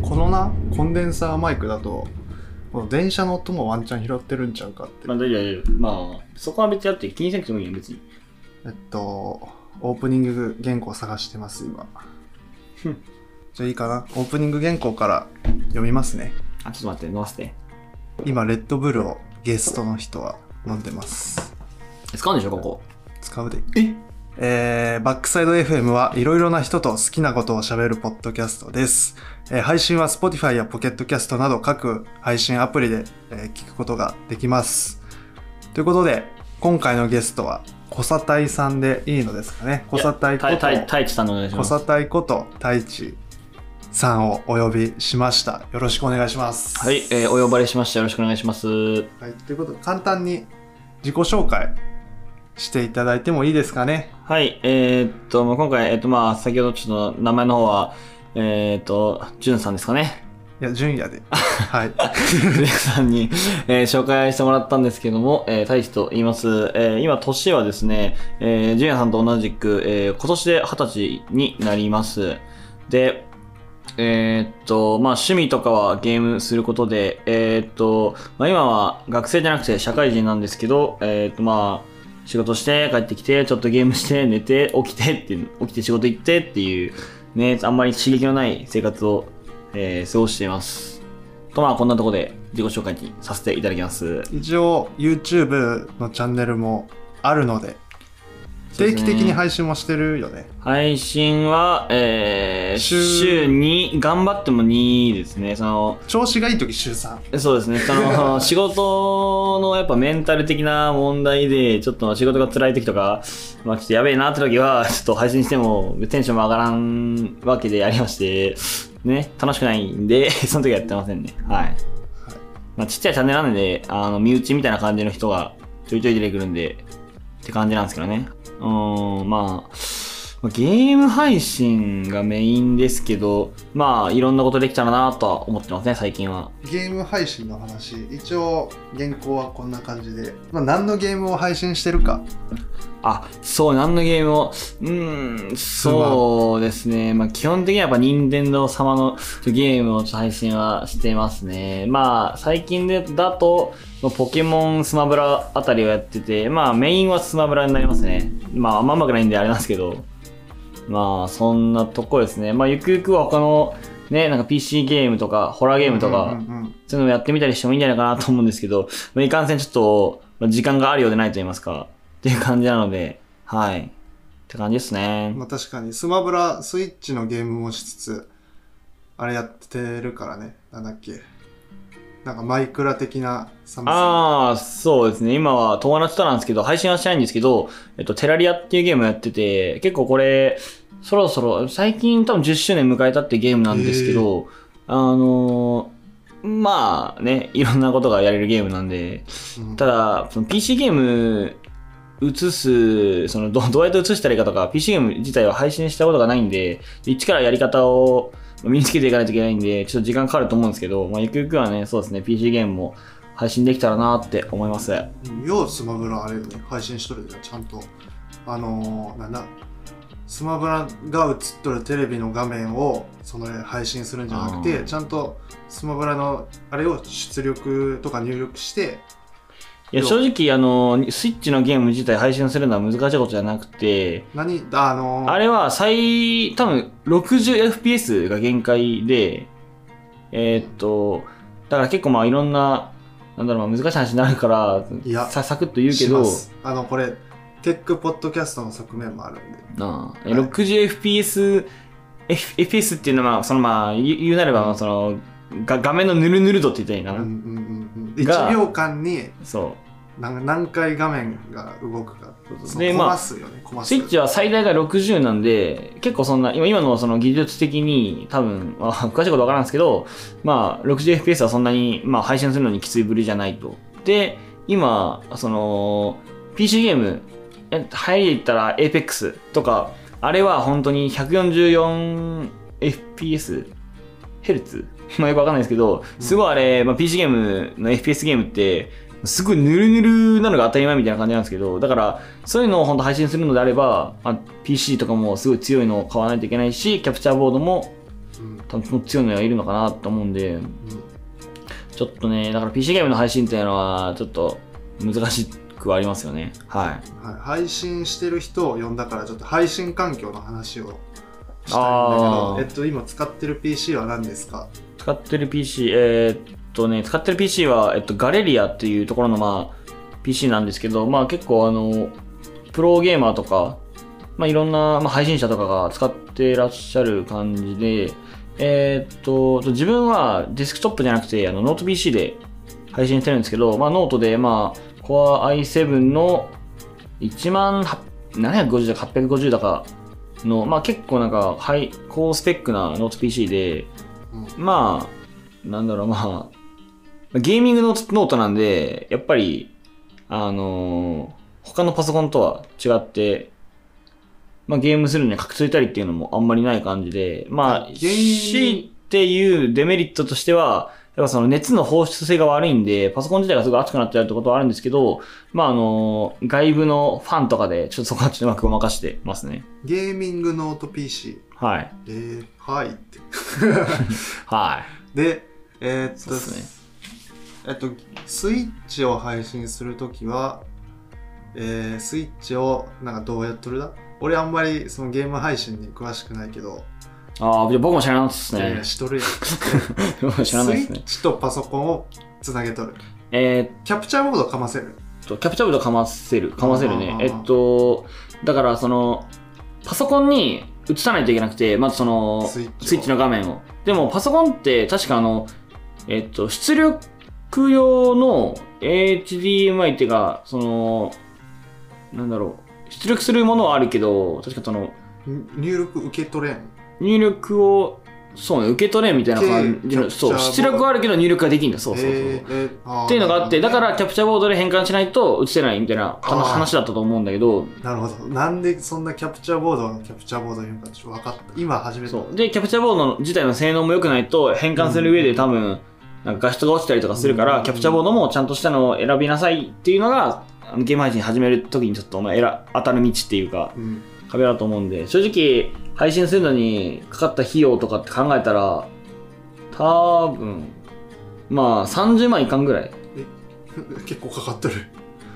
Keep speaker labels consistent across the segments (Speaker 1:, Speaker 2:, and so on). Speaker 1: のなコンデンサーマイクだとこの電車の音もワンチャン拾ってるんちゃうかって、
Speaker 2: まあ大丈夫大丈夫。まあ、そこは別にあって気にしなくてもいいよ、別に。
Speaker 1: えっとオープニング原稿探してます今
Speaker 2: ふん
Speaker 1: じゃあいいかなオープニング原稿から読みますね
Speaker 2: あ、ちょっと待って、飲ませて。
Speaker 1: 今レッドブルをゲストの人は飲んでます
Speaker 2: 使うんでしょ、ここ。
Speaker 1: 使うでええーバックサイド FM はいろいろな人と好きなことを喋るポッドキャストです、えー配信は Spotify やポケットキャストなど各配信アプリで、えー聞くことができますということで今回のゲストは小佐隊さんでいいのですかね小佐隊こ
Speaker 2: たいたい
Speaker 1: と
Speaker 2: 太一さんのお願いし
Speaker 1: 小
Speaker 2: ます。
Speaker 1: 佐隊こと太一さんをお呼びしましたよろしくお願いします
Speaker 2: はい、えーお呼ばれしました。よろしくお願いします。
Speaker 1: はい、ということで簡単に自己紹介していただいてもいいですかね
Speaker 2: はい、えー、っと、まあ、今回、えーっと、まあ、先ほどちょっと名前の方は、えー、っと、じゅんさんですかね。
Speaker 1: いや純也ではい
Speaker 2: ジュンさんに、えー紹介してもらったんですけども、えー、大志と言います。えー今、年はですね、えー、ジュンさんと同じく、えー今年で二十歳になります。で、えーっと、まあ、趣味とかはゲームすることで、えーっと、まあ、今は学生じゃなくて社会人なんですけど、えーっと、まあ、仕事して帰ってきて、ちょっとゲームして、寝て、起きてっていう、起きて仕事行ってっていう、ね、あんまり刺激のない生活を、えー過ごしています。と、まあ、こんなところで自己紹介にさせていただきます。
Speaker 1: 一応 YouTube のチャンネルもあるので定期的に配信もしてるよね
Speaker 2: 配信は、えー、
Speaker 1: 週
Speaker 2: 週に、頑張っても2ですね。その、
Speaker 1: 調子がいい時週3
Speaker 2: そうですね、その仕事のやっぱメンタル的な問題で、ちょっと仕事が辛い時とか、まあ、ちょっとやべえなって時は、ちょっと配信してもテンションも上がらんわけでありまして、ね、楽しくないんで、その時はやってませんね。はい。まあ、ちっちゃいチャンネルなんで、あの身内みたいな感じの人がちょいちょい出てくるんで、って感じなんですけどね。うーん、まあ、まあゲーム配信がメインですけど、まあ、いろんなことできたらなとは思ってますね、最近は。
Speaker 1: ゲーム配信の話一応原稿はこんな感じで、まあ、何のゲームを配信してるか
Speaker 2: あ、そう、何のゲームを、うーん、そうですね。まあ、基本的にはやっぱ任天堂様のゲームを配信はしてますね。まあ、最近でだと、まあポケモンスマブラあたりをやってて、まあ、メインはスマブラになりますね。まあ、あんまうまくないんであれなんですけど、まあ、そんなとこですね。まあ、ゆくゆくは他の、ね、なんか PC ゲームとか、ホラーゲームとか、
Speaker 1: うんうんうん
Speaker 2: そういうのもやってみたりしてもいいんじゃないかなと思うんですけど、まあ、いかんせんちょっと、まあ時間があるようでないと言いますか、っていう感じなので、はい。って感じですね。
Speaker 1: まあ、確かにスマブラスイッチのゲームもしつつあれやってるからねなんだっけなんかマイクラ的なサムス
Speaker 2: ああ、そうですね。今は友達となんですけど、配信はしてないんですけど、えっと、テラリアっていうゲームをやってて、結構これ、そろそろ、最近多分10周年迎えたってゲームなんですけど、あのーまあね、いろんなことがやれるゲームなんで、
Speaker 1: ンうん
Speaker 2: ただ、その PC ゲーム映す、そのどどうやって映したらいいかとか、PC ゲーム自体は配信したことがないんで、一からやり方を身につけていかないといけないんで、ちょっと時間かかると思うんですけど、まあ、ゆくゆくはね、そうですね、PC ゲームも配信できたらなって思います。
Speaker 1: ようスマブラあれよね配信しとるけどちゃんとあのー、なんだスマブラが映っとるテレビの画面をその配信するんじゃなく
Speaker 2: あ
Speaker 1: て
Speaker 2: ー
Speaker 1: ちゃんとスマブラのあれを出力とか入力して
Speaker 2: いや、正直、あの、スイッチのゲーム自体配信するのは難しいことじゃなくて、
Speaker 1: 何あのー、
Speaker 2: あれは最、多分 60fps が限界で、えーっと、だから結構まあいろんな、なんだろう、まあ難しい話になるから、
Speaker 1: いや
Speaker 2: さサクッと言うけ
Speaker 1: し
Speaker 2: ど
Speaker 1: ま、すあのこれテックポッドキャストの側面もあるんで
Speaker 2: なあ、
Speaker 1: い
Speaker 2: 60fps、F- FPS っていうのは、そのまあ、言う言うなれば、その、が画面のぬるぬる度って言ったら
Speaker 1: う
Speaker 2: い
Speaker 1: ん
Speaker 2: い
Speaker 1: うんう
Speaker 2: か
Speaker 1: んうん1
Speaker 2: が
Speaker 1: 秒間に
Speaker 2: な。そ
Speaker 1: 何何回画面が動くかそ
Speaker 2: で
Speaker 1: の
Speaker 2: まあ
Speaker 1: コマ数よね、コマ
Speaker 2: う。
Speaker 1: 数
Speaker 2: スイッチは最大が60なんで、結構そんな、今今のその技術的に、多分、まあ、 詳しいことわからんですけど、まあ、60fps はそんなに、まあ、配信するのにきついぶりじゃないと。で、今、その、PC ゲーム、え入りで言ったら Apex とか、あれは本当に 144fps ヘルツまあよくわかんないですけど、すごいあれ、まあ、PC ゲームの FPS ゲームって、すごいぬるぬるなのが当たり前みたいな感じなんですけど、だから、そういうのを本当配信するのであれば、まあ、PC とかもすごい強いのを買わないといけないし、キャプチャーボードも
Speaker 1: うん
Speaker 2: 多分強いのはいるのかなと思うんで、ちょっとね、だから PC ゲームの配信っていうのは、ちょっと難しくはありますよね。はい。
Speaker 1: はい、配信してる人を呼んだからちょっと配信環境の話をしたい
Speaker 2: あ
Speaker 1: んだけど、
Speaker 2: ー
Speaker 1: えっと、今使ってる PC は何ですか
Speaker 2: 使ってる PC、えーっとね、使ってる PC は、えっと、ガレリアっていうところの、まあ、PC なんですけど、まあ結構あの、プロゲーマーとか、まあいろんな、まあ、配信者とかが使ってらっしゃる感じで、えーっと、自分はデスクトップじゃなくて、あの、ノート PC で配信してるんですけど、まあノートで、まあ、Core i7 の1万750だか850だかの、まあ結構なんか、ハイ、高スペックなノート PC で、
Speaker 1: うん
Speaker 2: まあ、なんだろう、まあ、ゲーミングのノートなんで、やっぱり、あのー他のパソコンとは違って、まあゲームするのにかくついたりっていうのもあんまりない感じで、ま
Speaker 1: あ
Speaker 2: あ、
Speaker 1: ゲーム
Speaker 2: C っていうデメリットとしては、やっぱその熱の放出性が悪いんで、パソコン自体がすごい熱くなっちゃうってことはあるんですけど、まああのー外部のファンとかで、ちょっとそこはちょっとうまくごまかしてますね。
Speaker 1: ゲーミングノート PC。
Speaker 2: はい。
Speaker 1: えー、はいって。
Speaker 2: はい。
Speaker 1: で、えーっと、
Speaker 2: そうっすね
Speaker 1: えっと、スイッチを配信するときは、えー、スイッチをなんかどうやっとるだ俺あんまりそのゲーム配信に詳しくないけど、
Speaker 2: ああ、じゃあ僕も知らないです
Speaker 1: いやい
Speaker 2: ね
Speaker 1: や。しとるやん。
Speaker 2: 僕も知らないです
Speaker 1: スイ
Speaker 2: ね
Speaker 1: ッ。チとパソコンをつなげとる。
Speaker 2: え
Speaker 1: キャプチャーモードかませる。
Speaker 2: ーっと、キャプチャーブとかませる。かませるね
Speaker 1: あ。ー
Speaker 2: えっと、だからその、パソコンに映さないといけなくて、まずその、
Speaker 1: スイッチを
Speaker 2: スイッチの画面を。でも、パソコンって確かあの、えっと、出力用の HDMI っていうか、その、なんだろう、出力するものはあるけど、確かその、
Speaker 1: ん入力受け取れん。
Speaker 2: 入力を、そうね、受け取れんみたいな感じの、
Speaker 1: で
Speaker 2: そう、
Speaker 1: キャプチ
Speaker 2: 出
Speaker 1: ャー
Speaker 2: 力はあるけど入力はできんだ、そうそうそう。
Speaker 1: えーえーあー
Speaker 2: っていうのがあって、だ
Speaker 1: なる
Speaker 2: か
Speaker 1: ほどね
Speaker 2: らキャプチャーボードで変換しないと映せないみたいな
Speaker 1: あー
Speaker 2: 話だったと思うんだけど、
Speaker 1: なるほど。なんでそんなキャプチャーボードのキャプチャーボード言うんかちょっと分かった。今初めて。
Speaker 2: そう。で、キャプチャーボード自体の性能も良くないと変換する上で多分、なんか画質が落ちたりとかするか
Speaker 1: う
Speaker 2: ら、
Speaker 1: ん
Speaker 2: キャプチャーボードもちゃんとしたのを選びなさいっていうのが、あのゲーム配信始めるときにちょっとまあ選当たる道っていうか、
Speaker 1: うん。
Speaker 2: 壁だと思うんで、正直、配信するのにかかった費用とかって考えたら、多分、まあ30万いかんぐらい。
Speaker 1: 結構かかってる。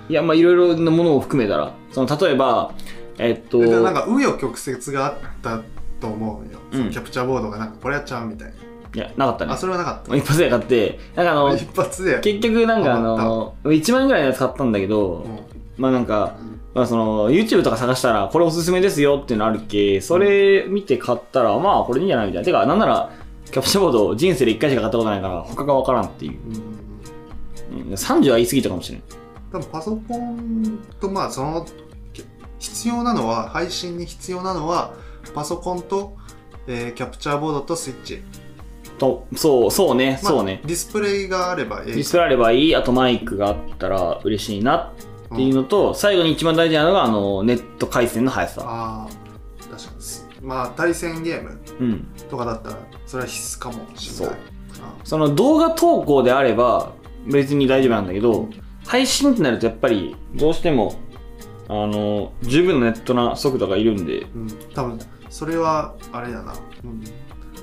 Speaker 2: いや、まあいろいろなものを含めたら、その例えば、えっと、
Speaker 1: でなんか紆余曲折があったと思うよ。
Speaker 2: うん
Speaker 1: そのキャプチャーボードがなんかこれやっちゃうみたい
Speaker 2: いや、なかった
Speaker 1: な。
Speaker 2: ね
Speaker 1: あ、。それはなかっ
Speaker 2: 一発で買って、なんか
Speaker 1: た。
Speaker 2: あの、
Speaker 1: 一発で。
Speaker 2: 結局なんかあの、1万円ぐらいのやつ買ったんだけど、
Speaker 1: うん
Speaker 2: まあなんか、まあその、YouTube とか探したら、これおすすめですよっていうのあるっけ、それ見て買ったら、まあこれいいんじゃないみたいな。てか、なんなら、キャプチャーボード人生で1回しか買ったことないから、他がわからんっていう。
Speaker 1: うんうんうん
Speaker 2: うん、30は言い過ぎたかもしれん。
Speaker 1: 多分パソコンとまあそのけ必要なのは配信に必要なのはパソコンと、えーキャプチャーボードとスイッチ、
Speaker 2: と、そう、そうね、
Speaker 1: まあ
Speaker 2: そうね。
Speaker 1: ディスプレイがあればえ
Speaker 2: ディスプレイあればいい、あとマイクがあったら嬉しいな
Speaker 1: うん
Speaker 2: っていうのと、最後に一番大事なのが、あの、ネット回線の速さ。
Speaker 1: あー確かにすまあ対戦ゲーム
Speaker 2: うん。
Speaker 1: とかだったらそれは必須かもしれないあ
Speaker 2: その動画投稿であれば別に大丈夫なんだけど、配信ってなるとやっぱりどうしても、あの、十分のネットな速度がいるんで、
Speaker 1: うん多分それはあれだな、うん、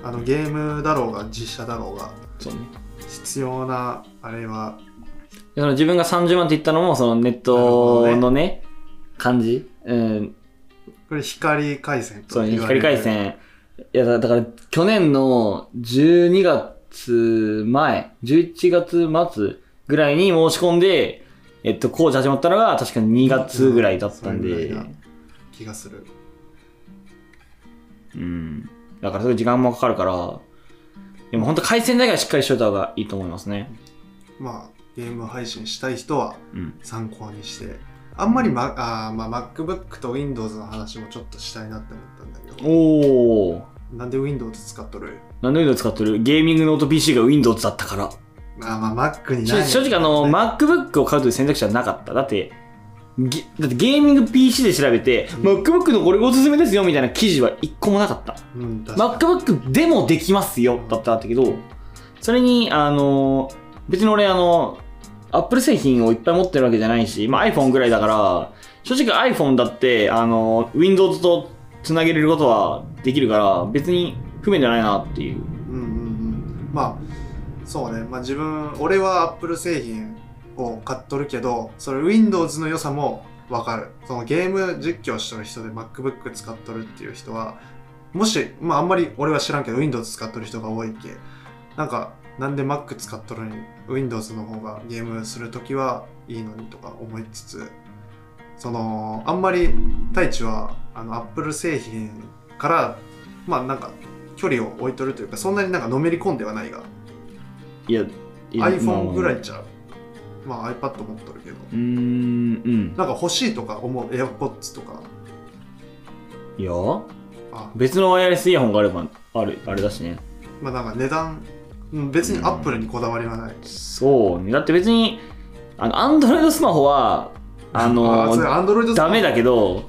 Speaker 1: あのゲームだろうが実写だろうが
Speaker 2: そうね。
Speaker 1: 必要なあれは
Speaker 2: でその自分が30万って言ったのも、そのネットのね、感じ。うん、
Speaker 1: これ光回線と
Speaker 2: そうね、
Speaker 1: 言われ
Speaker 2: 光
Speaker 1: る
Speaker 2: 回線。いや、だだから去年の12月前、11月末ぐらいに申し込んで、えっと、工事始まったのが確か2月ぐらいだったん
Speaker 1: うんそれ
Speaker 2: で
Speaker 1: ぐらい、だ気がする
Speaker 2: うん。だからすごい時間もかかるから、でも本当回線だけはしっかりしといた方がいいと思いますね。
Speaker 1: まあ、ゲーム配信したい人は
Speaker 2: うん。
Speaker 1: 参考にして、あんまり、まあーまあ、MacBook と Windows の話もちょっとしたいなって思ったんだけど、
Speaker 2: おー。
Speaker 1: なんで Windows 使っとる
Speaker 2: なんで Windows 使ってるゲーミングノート PC が Windows だったから。
Speaker 1: あーまあ、Mac にない。
Speaker 2: 正正直あの、
Speaker 1: ね
Speaker 2: MacBook を買うという選択肢はなかった。だって、ゲだってゲーミング PC で調べて、MacBook のこれがおすすめですよみたいな記事は一個もなかった。
Speaker 1: うん、確か
Speaker 2: MacBook でもできますよだったんだけど、それに、あの、別に俺、あの、Apple 製品をいっぱい持ってるわけじゃないし、まあ、iPhone ぐらいだから、正直 iPhone だって、あの、Windows とつなげれることはできるから、別に不便じゃないなっていう。
Speaker 1: まあそうね、まあ、自分俺は Apple 製品を買っとるけどそれ Windows の良さも分かるそのゲーム実況しとる人で MacBook 使っとるっていう人はもし、まあ、あんまり俺は知らんけど Windows 使っとる人が多いけなんかなんで Mac 使っとるのに Windows の方がゲームするときはいいのにとか思いつつそのあんまり太一はあの Apple 製品からまあなんか距離を置いとるというかそんなになんかのめり込んではないが
Speaker 2: いや、いや
Speaker 1: iPhone ぐらい
Speaker 2: まあ
Speaker 1: ちゃうまあ iPad 持っとるけど
Speaker 2: うーん、うん。
Speaker 1: なんか欲しいとか思う AirPods とか
Speaker 2: いや、
Speaker 1: あ
Speaker 2: 別のワイヤレスイヤホンがあれば、ある、あれだしね。
Speaker 1: まあなんか値段うん別に Apple にこだわりはない
Speaker 2: そうね。だって別に、あの、アンドロイドスマホは、あの
Speaker 1: それ Android
Speaker 2: ダメだけど、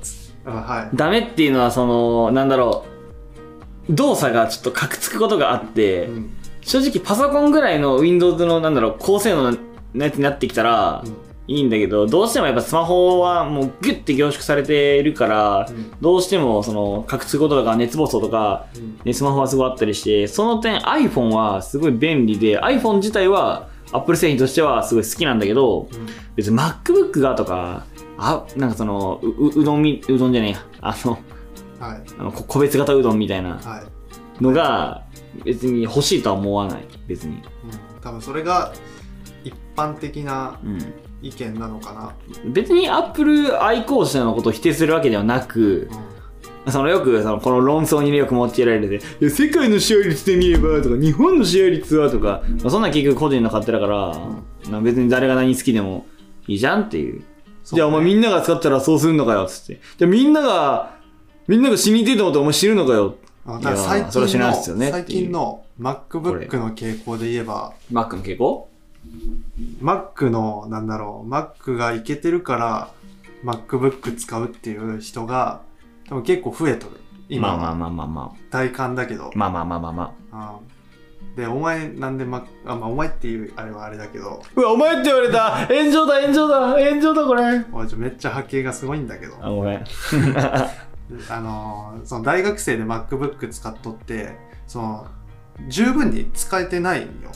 Speaker 1: あはい
Speaker 2: ダメっていうのは、その、なんだろう、動作がちょっとカクつくことがあって、
Speaker 1: うん
Speaker 2: 正直パソコンぐらいの Windows の、なんだろう、高性能なやつになってきたら、
Speaker 1: うん
Speaker 2: いいんだけど、どうしてもやっぱスマホはもうギュッて凝縮されているから、
Speaker 1: うん
Speaker 2: どうしてもその、カクつくこととか熱暴走とか、
Speaker 1: うん
Speaker 2: ね、スマホはすごいあったりして、その点 iPhone はすごい便利で、iPhone 自体は Apple 製品としてはすごい好きなんだけど、
Speaker 1: うん
Speaker 2: 別に MacBook がとか、あ、なんかその、う、ううどんみ、うどんじゃねえや、あの、
Speaker 1: はい
Speaker 2: あのこ個別型うどんみたいな
Speaker 1: はい
Speaker 2: のが、別に欲しいとは思わない、別に。
Speaker 1: うん多分それが一般的な
Speaker 2: う
Speaker 1: 意見なのかな、
Speaker 2: ん。別に Apple 愛好者のことを否定するわけではなく
Speaker 1: う、ん
Speaker 2: そのよく、その、この論争によく用いられてて、いや世界の試合率で見ればとか、日本の試合率はとか、まあ、そんなん結局個人の勝手だから、な別に誰が何好きでもいいじゃんっていう。
Speaker 1: そう
Speaker 2: じゃあお前みんなが使ったらそうするのかよ、つって。じゃあみんなが、みんなが死にてえと思ってお前死ぬのかよ。
Speaker 1: あ
Speaker 2: い
Speaker 1: だ
Speaker 2: や
Speaker 1: から最
Speaker 2: それは知
Speaker 1: 近
Speaker 2: らない
Speaker 1: の
Speaker 2: っすよねっていう
Speaker 1: 最近の MacBook の傾向で言えば
Speaker 2: マックの傾向
Speaker 1: Mac のなんだろう Mac がいけてるから MacBook 使うっていう人が多分結構増えとる今、
Speaker 2: まあまあまあま
Speaker 1: 体感だけど
Speaker 2: あ。、まあまあまあまあまあ。
Speaker 1: うんでお前なんで Mac あ、まあ、お前っていうあれはあれだけど
Speaker 2: うわ、お前って言われた炎上だ、炎上だ、炎上だ、これ。
Speaker 1: お前ちょめっちゃ波形がすごいんだけど
Speaker 2: あ、ごめん。
Speaker 1: あのーその大学生で MacBook 使っとってその十分に使えてないんよ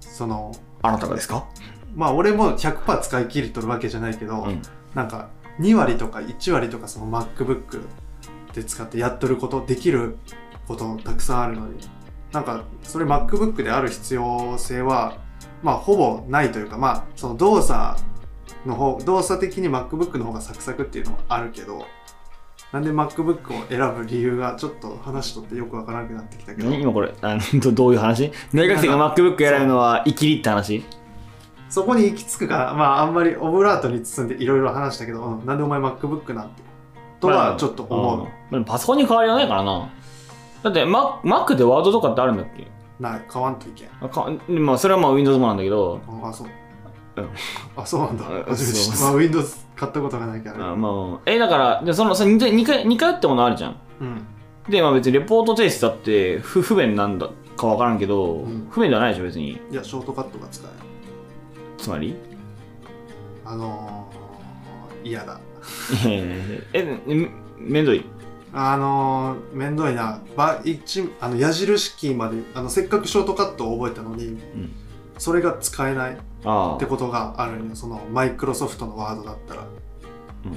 Speaker 1: その
Speaker 2: あなたがですか
Speaker 1: まあ俺も100%使い切りとるわけじゃないけど、
Speaker 2: うん。
Speaker 1: なんか2割とか1割とかその MacBook で使ってやっとることできることたくさんあるのになんかそれ MacBook である必要性はまあほぼないというかまあその動作の方動作的に MacBook の方がサクサクっていうのはあるけどなんで MacBook を選ぶ理由がちょっと話しとってよくわからなくなってきたけど
Speaker 2: 何今これ、あの、どどういう話大学生が MacBook 選ぶのは生きりって話
Speaker 1: そこに行き着くからまああんまりオブラートに包んでいろいろ話したけど、うんなんでお前 MacBook なんてと
Speaker 2: ま
Speaker 1: は
Speaker 2: あ
Speaker 1: ちょっと思う、
Speaker 2: うんパソコンに変わりはないからな。だって、マ Mac でワードとかってあるんだっけ
Speaker 1: ない買わんといけん
Speaker 2: あかまあ、それはまあ Windows もなんだけど、
Speaker 1: あ、そう。
Speaker 2: うん
Speaker 1: あ、そうなんだ。
Speaker 2: あ
Speaker 1: 初めて知った
Speaker 2: そう
Speaker 1: まあ、Windows 買ったことがないから。
Speaker 2: あまあ、え、だから、でその、その似て似通似通ったものあるじゃん。
Speaker 1: うん。
Speaker 2: で、まあ別にレポート提出だって不不便なんだかわからんけど、
Speaker 1: うん
Speaker 2: 不便ではないでしょ、別に。
Speaker 1: いや、ショートカットが使える。
Speaker 2: つ まり
Speaker 1: あのー、嫌だ。
Speaker 2: ええ、めめんどい。
Speaker 1: あのー、めんどいな。ば一あの矢印キーまで、あのせっかくショートカットを覚えたのに、
Speaker 2: ん
Speaker 1: それが使えないっ
Speaker 2: ああ
Speaker 1: て、ことがあるんよ。その、マイクロソフトのワードだったら。
Speaker 2: うん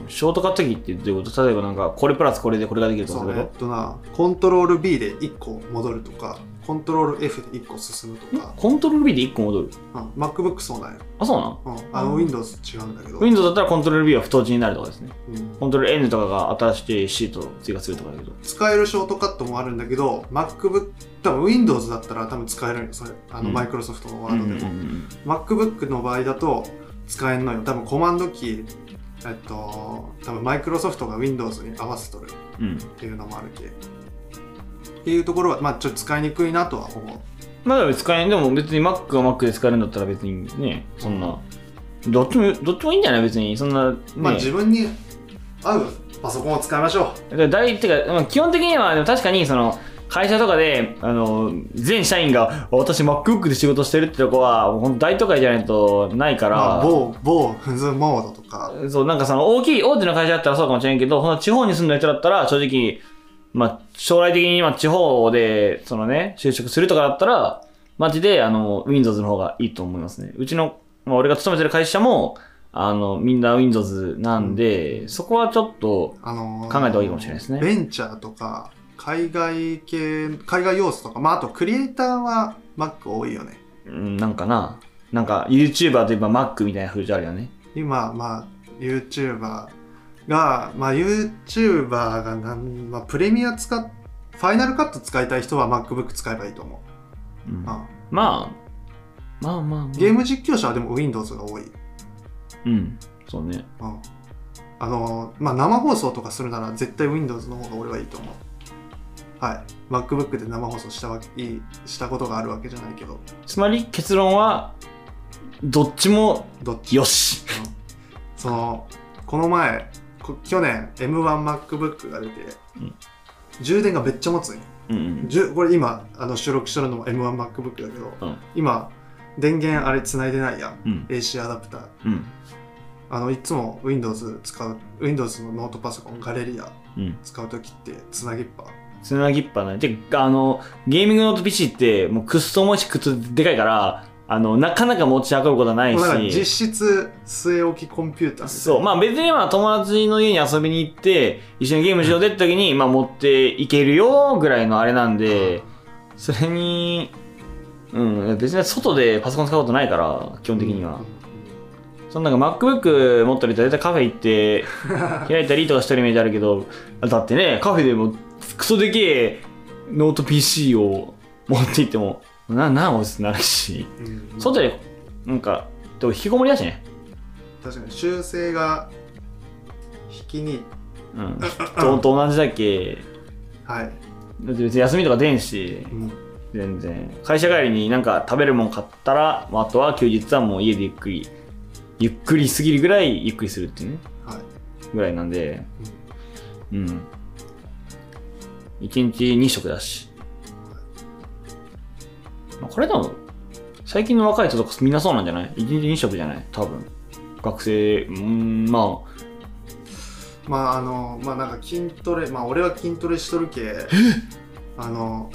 Speaker 2: ショートカットキーってどういうこと例えばなんか、これプラスこれでこれができるとか
Speaker 1: そ
Speaker 2: そう
Speaker 1: う
Speaker 2: いう
Speaker 1: ね。えっ
Speaker 2: こと
Speaker 1: な、コントロール B で1個戻るとか、コントロール F で1個進むと
Speaker 2: と
Speaker 1: か、
Speaker 2: コントロール B で1個戻る。
Speaker 1: うん、MacBook そうなんよ。
Speaker 2: あ、そうなの
Speaker 1: うん、あの、
Speaker 2: うん
Speaker 1: Windows 違うんだけど。
Speaker 2: ?Windows だったらコントロール B は太字になるとかですね。
Speaker 1: うん
Speaker 2: コントロール N とかが新しいシートを追加するとかだけど。
Speaker 1: 使えるショートカットもあるんだけど MacBook 多分 Windows だったら多分使えるんよそれあの
Speaker 2: うん
Speaker 1: マイクロソフトのワ
Speaker 2: う
Speaker 1: ー
Speaker 2: ん
Speaker 1: ド
Speaker 2: うんう
Speaker 1: でも、
Speaker 2: ん
Speaker 1: MacBook の場合だと使えんのよ多分コマンドキーえっと多分マイクロソフトが Windows に合わせとる
Speaker 2: うんうん。
Speaker 1: っていうのもあるけっていうところはまあちょっと使いにくいなとは思う
Speaker 2: まだ使えん、でも別に Mac が Mac で使えるんだったら別にね、そんな、どっちも、どっちもいいんじゃない別に、そんな、ね、
Speaker 1: まあ自分に合うパソコンを使いましょ
Speaker 2: だから大てか、まあ基本的には、でも確かにその、会社とかで、あの、全社員が、私 MacBook で仕事してるってとこは、もうほんと大都会じゃないとないか
Speaker 1: う、
Speaker 2: ら、
Speaker 1: まあ、某某フズモードとか
Speaker 2: そう、なんかその大きい、大手の会社だったらそうかもしれんけど、その地方に住んでる人だったら、正直、まあ、将来的に今地方で、そのね、就職するとかだったら、マジで、あの、Windows の方がいいと思いますね。うちの、まあ、俺が勤めてる会社も、あの、みんな Windows なんで、そこはちょっと、
Speaker 1: あのー
Speaker 2: 考えた方がいいかもしれないですね
Speaker 1: ベンチャーとか、海外系、海外要素とか、まあ、あとクリエイターは Mac 多いよね。
Speaker 2: うん、なんかな、なんか YouTuber といえば Mac みたいな風潮あるよね。
Speaker 1: 今、まあ、YouTuber が、まあ、YouTuber がなん、まあ、プレミア使っ、ファイナルカット使いたい人は MacBook 使えばいいと思
Speaker 2: うん
Speaker 1: う。
Speaker 2: ま
Speaker 1: まあ、
Speaker 2: あ、まあ、まあまあ、
Speaker 1: ゲーム実況者はでも Windows が多い。
Speaker 2: うん、そうね。
Speaker 1: うんあのまあ、生放送とかするなら絶対 Windows の方が俺はいいと思う。はい。MacBook で生放送したわけいいしたことがあるわけじゃないけど、
Speaker 2: つまり結論は、どっちも
Speaker 1: どっち
Speaker 2: よし。
Speaker 1: うんその、この前、こ去年 M1MacBook が出て、
Speaker 2: うん
Speaker 1: 充電がめっちゃ持つんよ
Speaker 2: うん、
Speaker 1: じゅこれ今あの収録してるのも M1MacBook だけど、
Speaker 2: うん
Speaker 1: 今、電源あれ繋いでないやん。
Speaker 2: うん、
Speaker 1: AC アダプター。
Speaker 2: うん、
Speaker 1: あの、いつも Windows 使う、Windows のノートパソコン、ガレリア
Speaker 2: うん。
Speaker 1: 使うときって繋ぎっぱ。
Speaker 2: つなぎっぱない。で、あの、ゲーミングノート PC って、もうくっそ重いし、くっそでかいから、あの、なかなか持ち運ぶことはない
Speaker 1: もうなんか実
Speaker 2: し。
Speaker 1: 質据え置きコンピューターみたいな
Speaker 2: そう。まあ別にまあ友達の家に遊びに行って、一緒にゲームしようぜって時に、まあ持っていけるよぐらいのあれなんで、それに、うん、別に外でパソコン使うことないから、基本的には。そんなんか MacBook 持ったりと大体カフェ行って、開いたりとかしてるイメージあるけど、だってね、カフェでもクソでけえノート PC を持って行っても、な、なおすなるし、
Speaker 1: うんうんうん
Speaker 2: 外で、なんか、でも引きこもりだしね。
Speaker 1: 確かに修正が引きに
Speaker 2: うん。とと同じだけ、
Speaker 1: はい、
Speaker 2: だって別に休みとか出んし、
Speaker 1: うん
Speaker 2: 全然。会社帰りになんか食べるもん買ったら、まあ、あとは休日はもう家でゆっくり、ゆっくりすぎるぐらいゆっくりするっていうね。
Speaker 1: はい
Speaker 2: ぐらいなんで、うん。一日2食だし。まあこれでも、最近の若い人とかみんなそうなんじゃない一日2食じゃない多分。学生、うーん、まあ、
Speaker 1: まああのまあなんか筋トレまあ俺は筋トレしとるけあの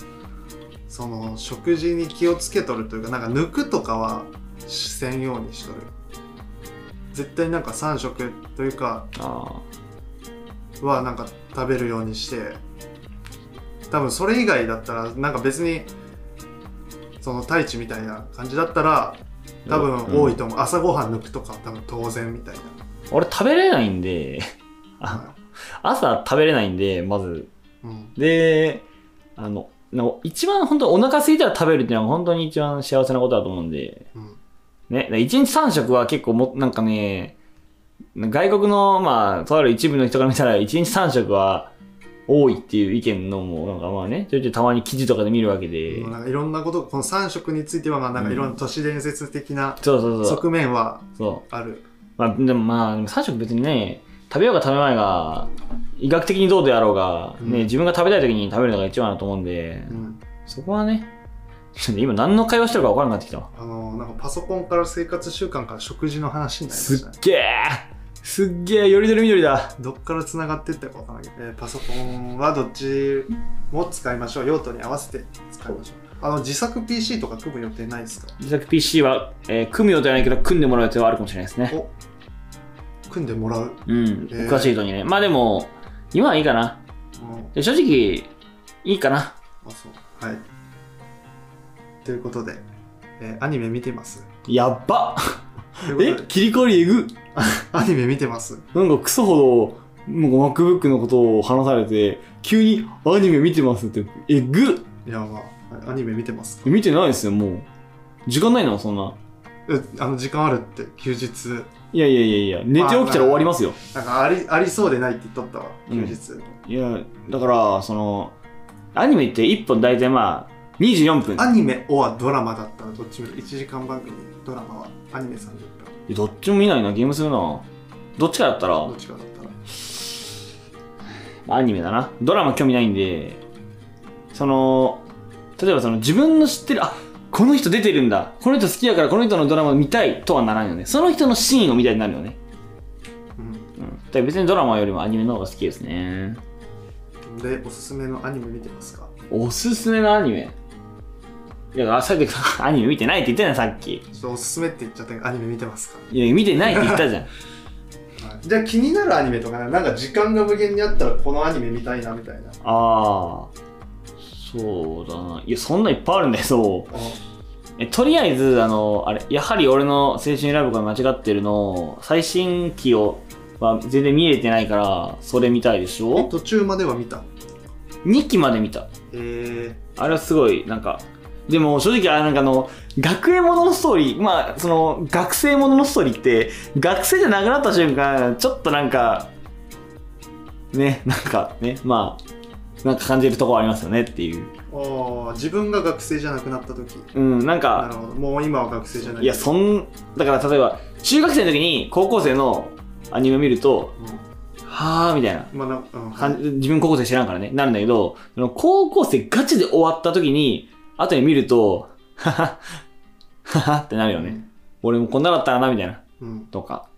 Speaker 1: その食事に気をつけとるというかなんか抜くとかはしせんようにしとる絶対なんか3食というか
Speaker 2: あ
Speaker 1: はなんか食べるようにして多分それ以外だったらなんか別にその太一みたいな感じだったら
Speaker 2: ー
Speaker 1: 多分多い
Speaker 2: うん
Speaker 1: と思う、朝ごはん抜くとか多分当然みたいな、
Speaker 2: 俺食べれないんで、 あ
Speaker 1: は
Speaker 2: 朝食べれないんで、まず。
Speaker 1: いうん、
Speaker 2: で、あの、なんか一番本当お腹空いたら食べるっていうのは本当に一番幸せなことだと思うんで、
Speaker 1: うん、
Speaker 2: ね、1日3食は結構も、なんかね、外国の、まあ、とある一部の人から見たら、1日3食は多いっていう意見のも、なんかまあね、ちょいちょいたまに記事とかで見るわけで、
Speaker 1: もうなんかいろんなことこの3食についてはまあなんかいろんな都市伝説的な
Speaker 2: そうそうそう。
Speaker 1: 側面は
Speaker 2: そう。
Speaker 1: ある、
Speaker 2: まあ、でもまあ、でも3食別にね、食べようが食べまいが、医学的にどうであろうが、
Speaker 1: うん
Speaker 2: ね、自分が食べたい時に食べるのが一番だと思うんで、
Speaker 1: うん、
Speaker 2: そこはね、ちょっと今何の会話してるか分からなくなってきたわ。
Speaker 1: あのなんかパソコンから生活習慣から食事の話になりますした
Speaker 2: っ
Speaker 1: ね
Speaker 2: げえすっげえよりどり緑だ
Speaker 1: どっからつながっていったかわからないけど、えーパソコンはどっちも使いましょう用途に合わせて使いましょうあの自作 PC とか組む予定ないですか
Speaker 2: 自作 PC は、えー組む予定はないけど組んでもらう予定はあるかもしれないですね
Speaker 1: お組んでもらう、うん
Speaker 2: うん、
Speaker 1: えー
Speaker 2: 詳しい人にね。まあでも、今はいいかな。で正直、いいかな。
Speaker 1: あそうはいということで、えーアニメ見てます
Speaker 2: やっば
Speaker 1: という
Speaker 2: え
Speaker 1: ことで
Speaker 2: 切り替わりえぐ
Speaker 1: アニメ見てます
Speaker 2: なんかクソほど、もう MacBook のことを話されて、急にアニメ見てますって、えぐ
Speaker 1: いやまあアニメ見てますか
Speaker 2: 見てないですよ、もう。時間ないのそんな。
Speaker 1: えあの時間あるって休日
Speaker 2: いやいやいやいや、寝て起きたら終わりますよ。
Speaker 1: なんかありありそうでないって言っとったわ
Speaker 2: う
Speaker 1: 休
Speaker 2: ん
Speaker 1: 日、
Speaker 2: いや、だから、その、アニメって1本大体まあ、24分。
Speaker 1: アニメオアドラマだったらどっちも1時間番組ドラマはアニメ30分
Speaker 2: いやどっちも見ないな、ゲームするな。どっちかだったら
Speaker 1: どっ、ちかだったら
Speaker 2: アニメだなドラマ興味ないんでその例えばその自分の知ってるあこの人出てるんだこの人好きだからこの人のドラマ見たいとはならんよねその人のシーンを見たいになるよね、
Speaker 1: うん
Speaker 2: うん、だから別にドラマよりもアニメの方が好きですね
Speaker 1: でおすすめのアニメ見てますか
Speaker 2: おすすめのアニメいや、あさっき アニメ見てないって言ったじゃん、さっき。
Speaker 1: ちょっとおすすめって言っちゃったけど、アニメ見てますか、
Speaker 2: いや、見てないって言った じゃん。
Speaker 1: じゃあ気になるアニメとかね、なんか時間が無限にあったらこのアニメ見たいなみたいな。
Speaker 2: ああ、そうだな。いや、そんないっぱいあるんだよ、そう。えとりあえず、あの、あれ、やはり俺の青春選ぶが間違ってるの、最新期を、は全然見れてないから、それ見たいでし
Speaker 1: お
Speaker 2: ょ
Speaker 1: 途中までは見た。
Speaker 2: ?2 期まで見た。
Speaker 1: え
Speaker 2: あれはすごい、なんか、でも正直、あなんかあの、学園もののストーリー、まあ、その、学生もののストーリーって、学生じゃなくなった瞬間、ちょっとなんか、ね、なんかね、まあ、なんか感じるところありますよねっていう。
Speaker 1: ー、おー自分が学生じゃなくなった時。
Speaker 2: うん、なん
Speaker 1: なる
Speaker 2: か、
Speaker 1: ほど。もう今は学生じゃない。
Speaker 2: いや、そん、だから例えば、中学生の時に高校生のアニメを見ると、はぁーみたいな。
Speaker 1: うん。まあ、なんか、うん
Speaker 2: かん自分高校生知らんからね、なるんだけど、その高校生ガチで終わった時に、後に見ると、はは、ははってなるよね。。俺もこんなだったらな、みたいな。
Speaker 1: うん。
Speaker 2: とか、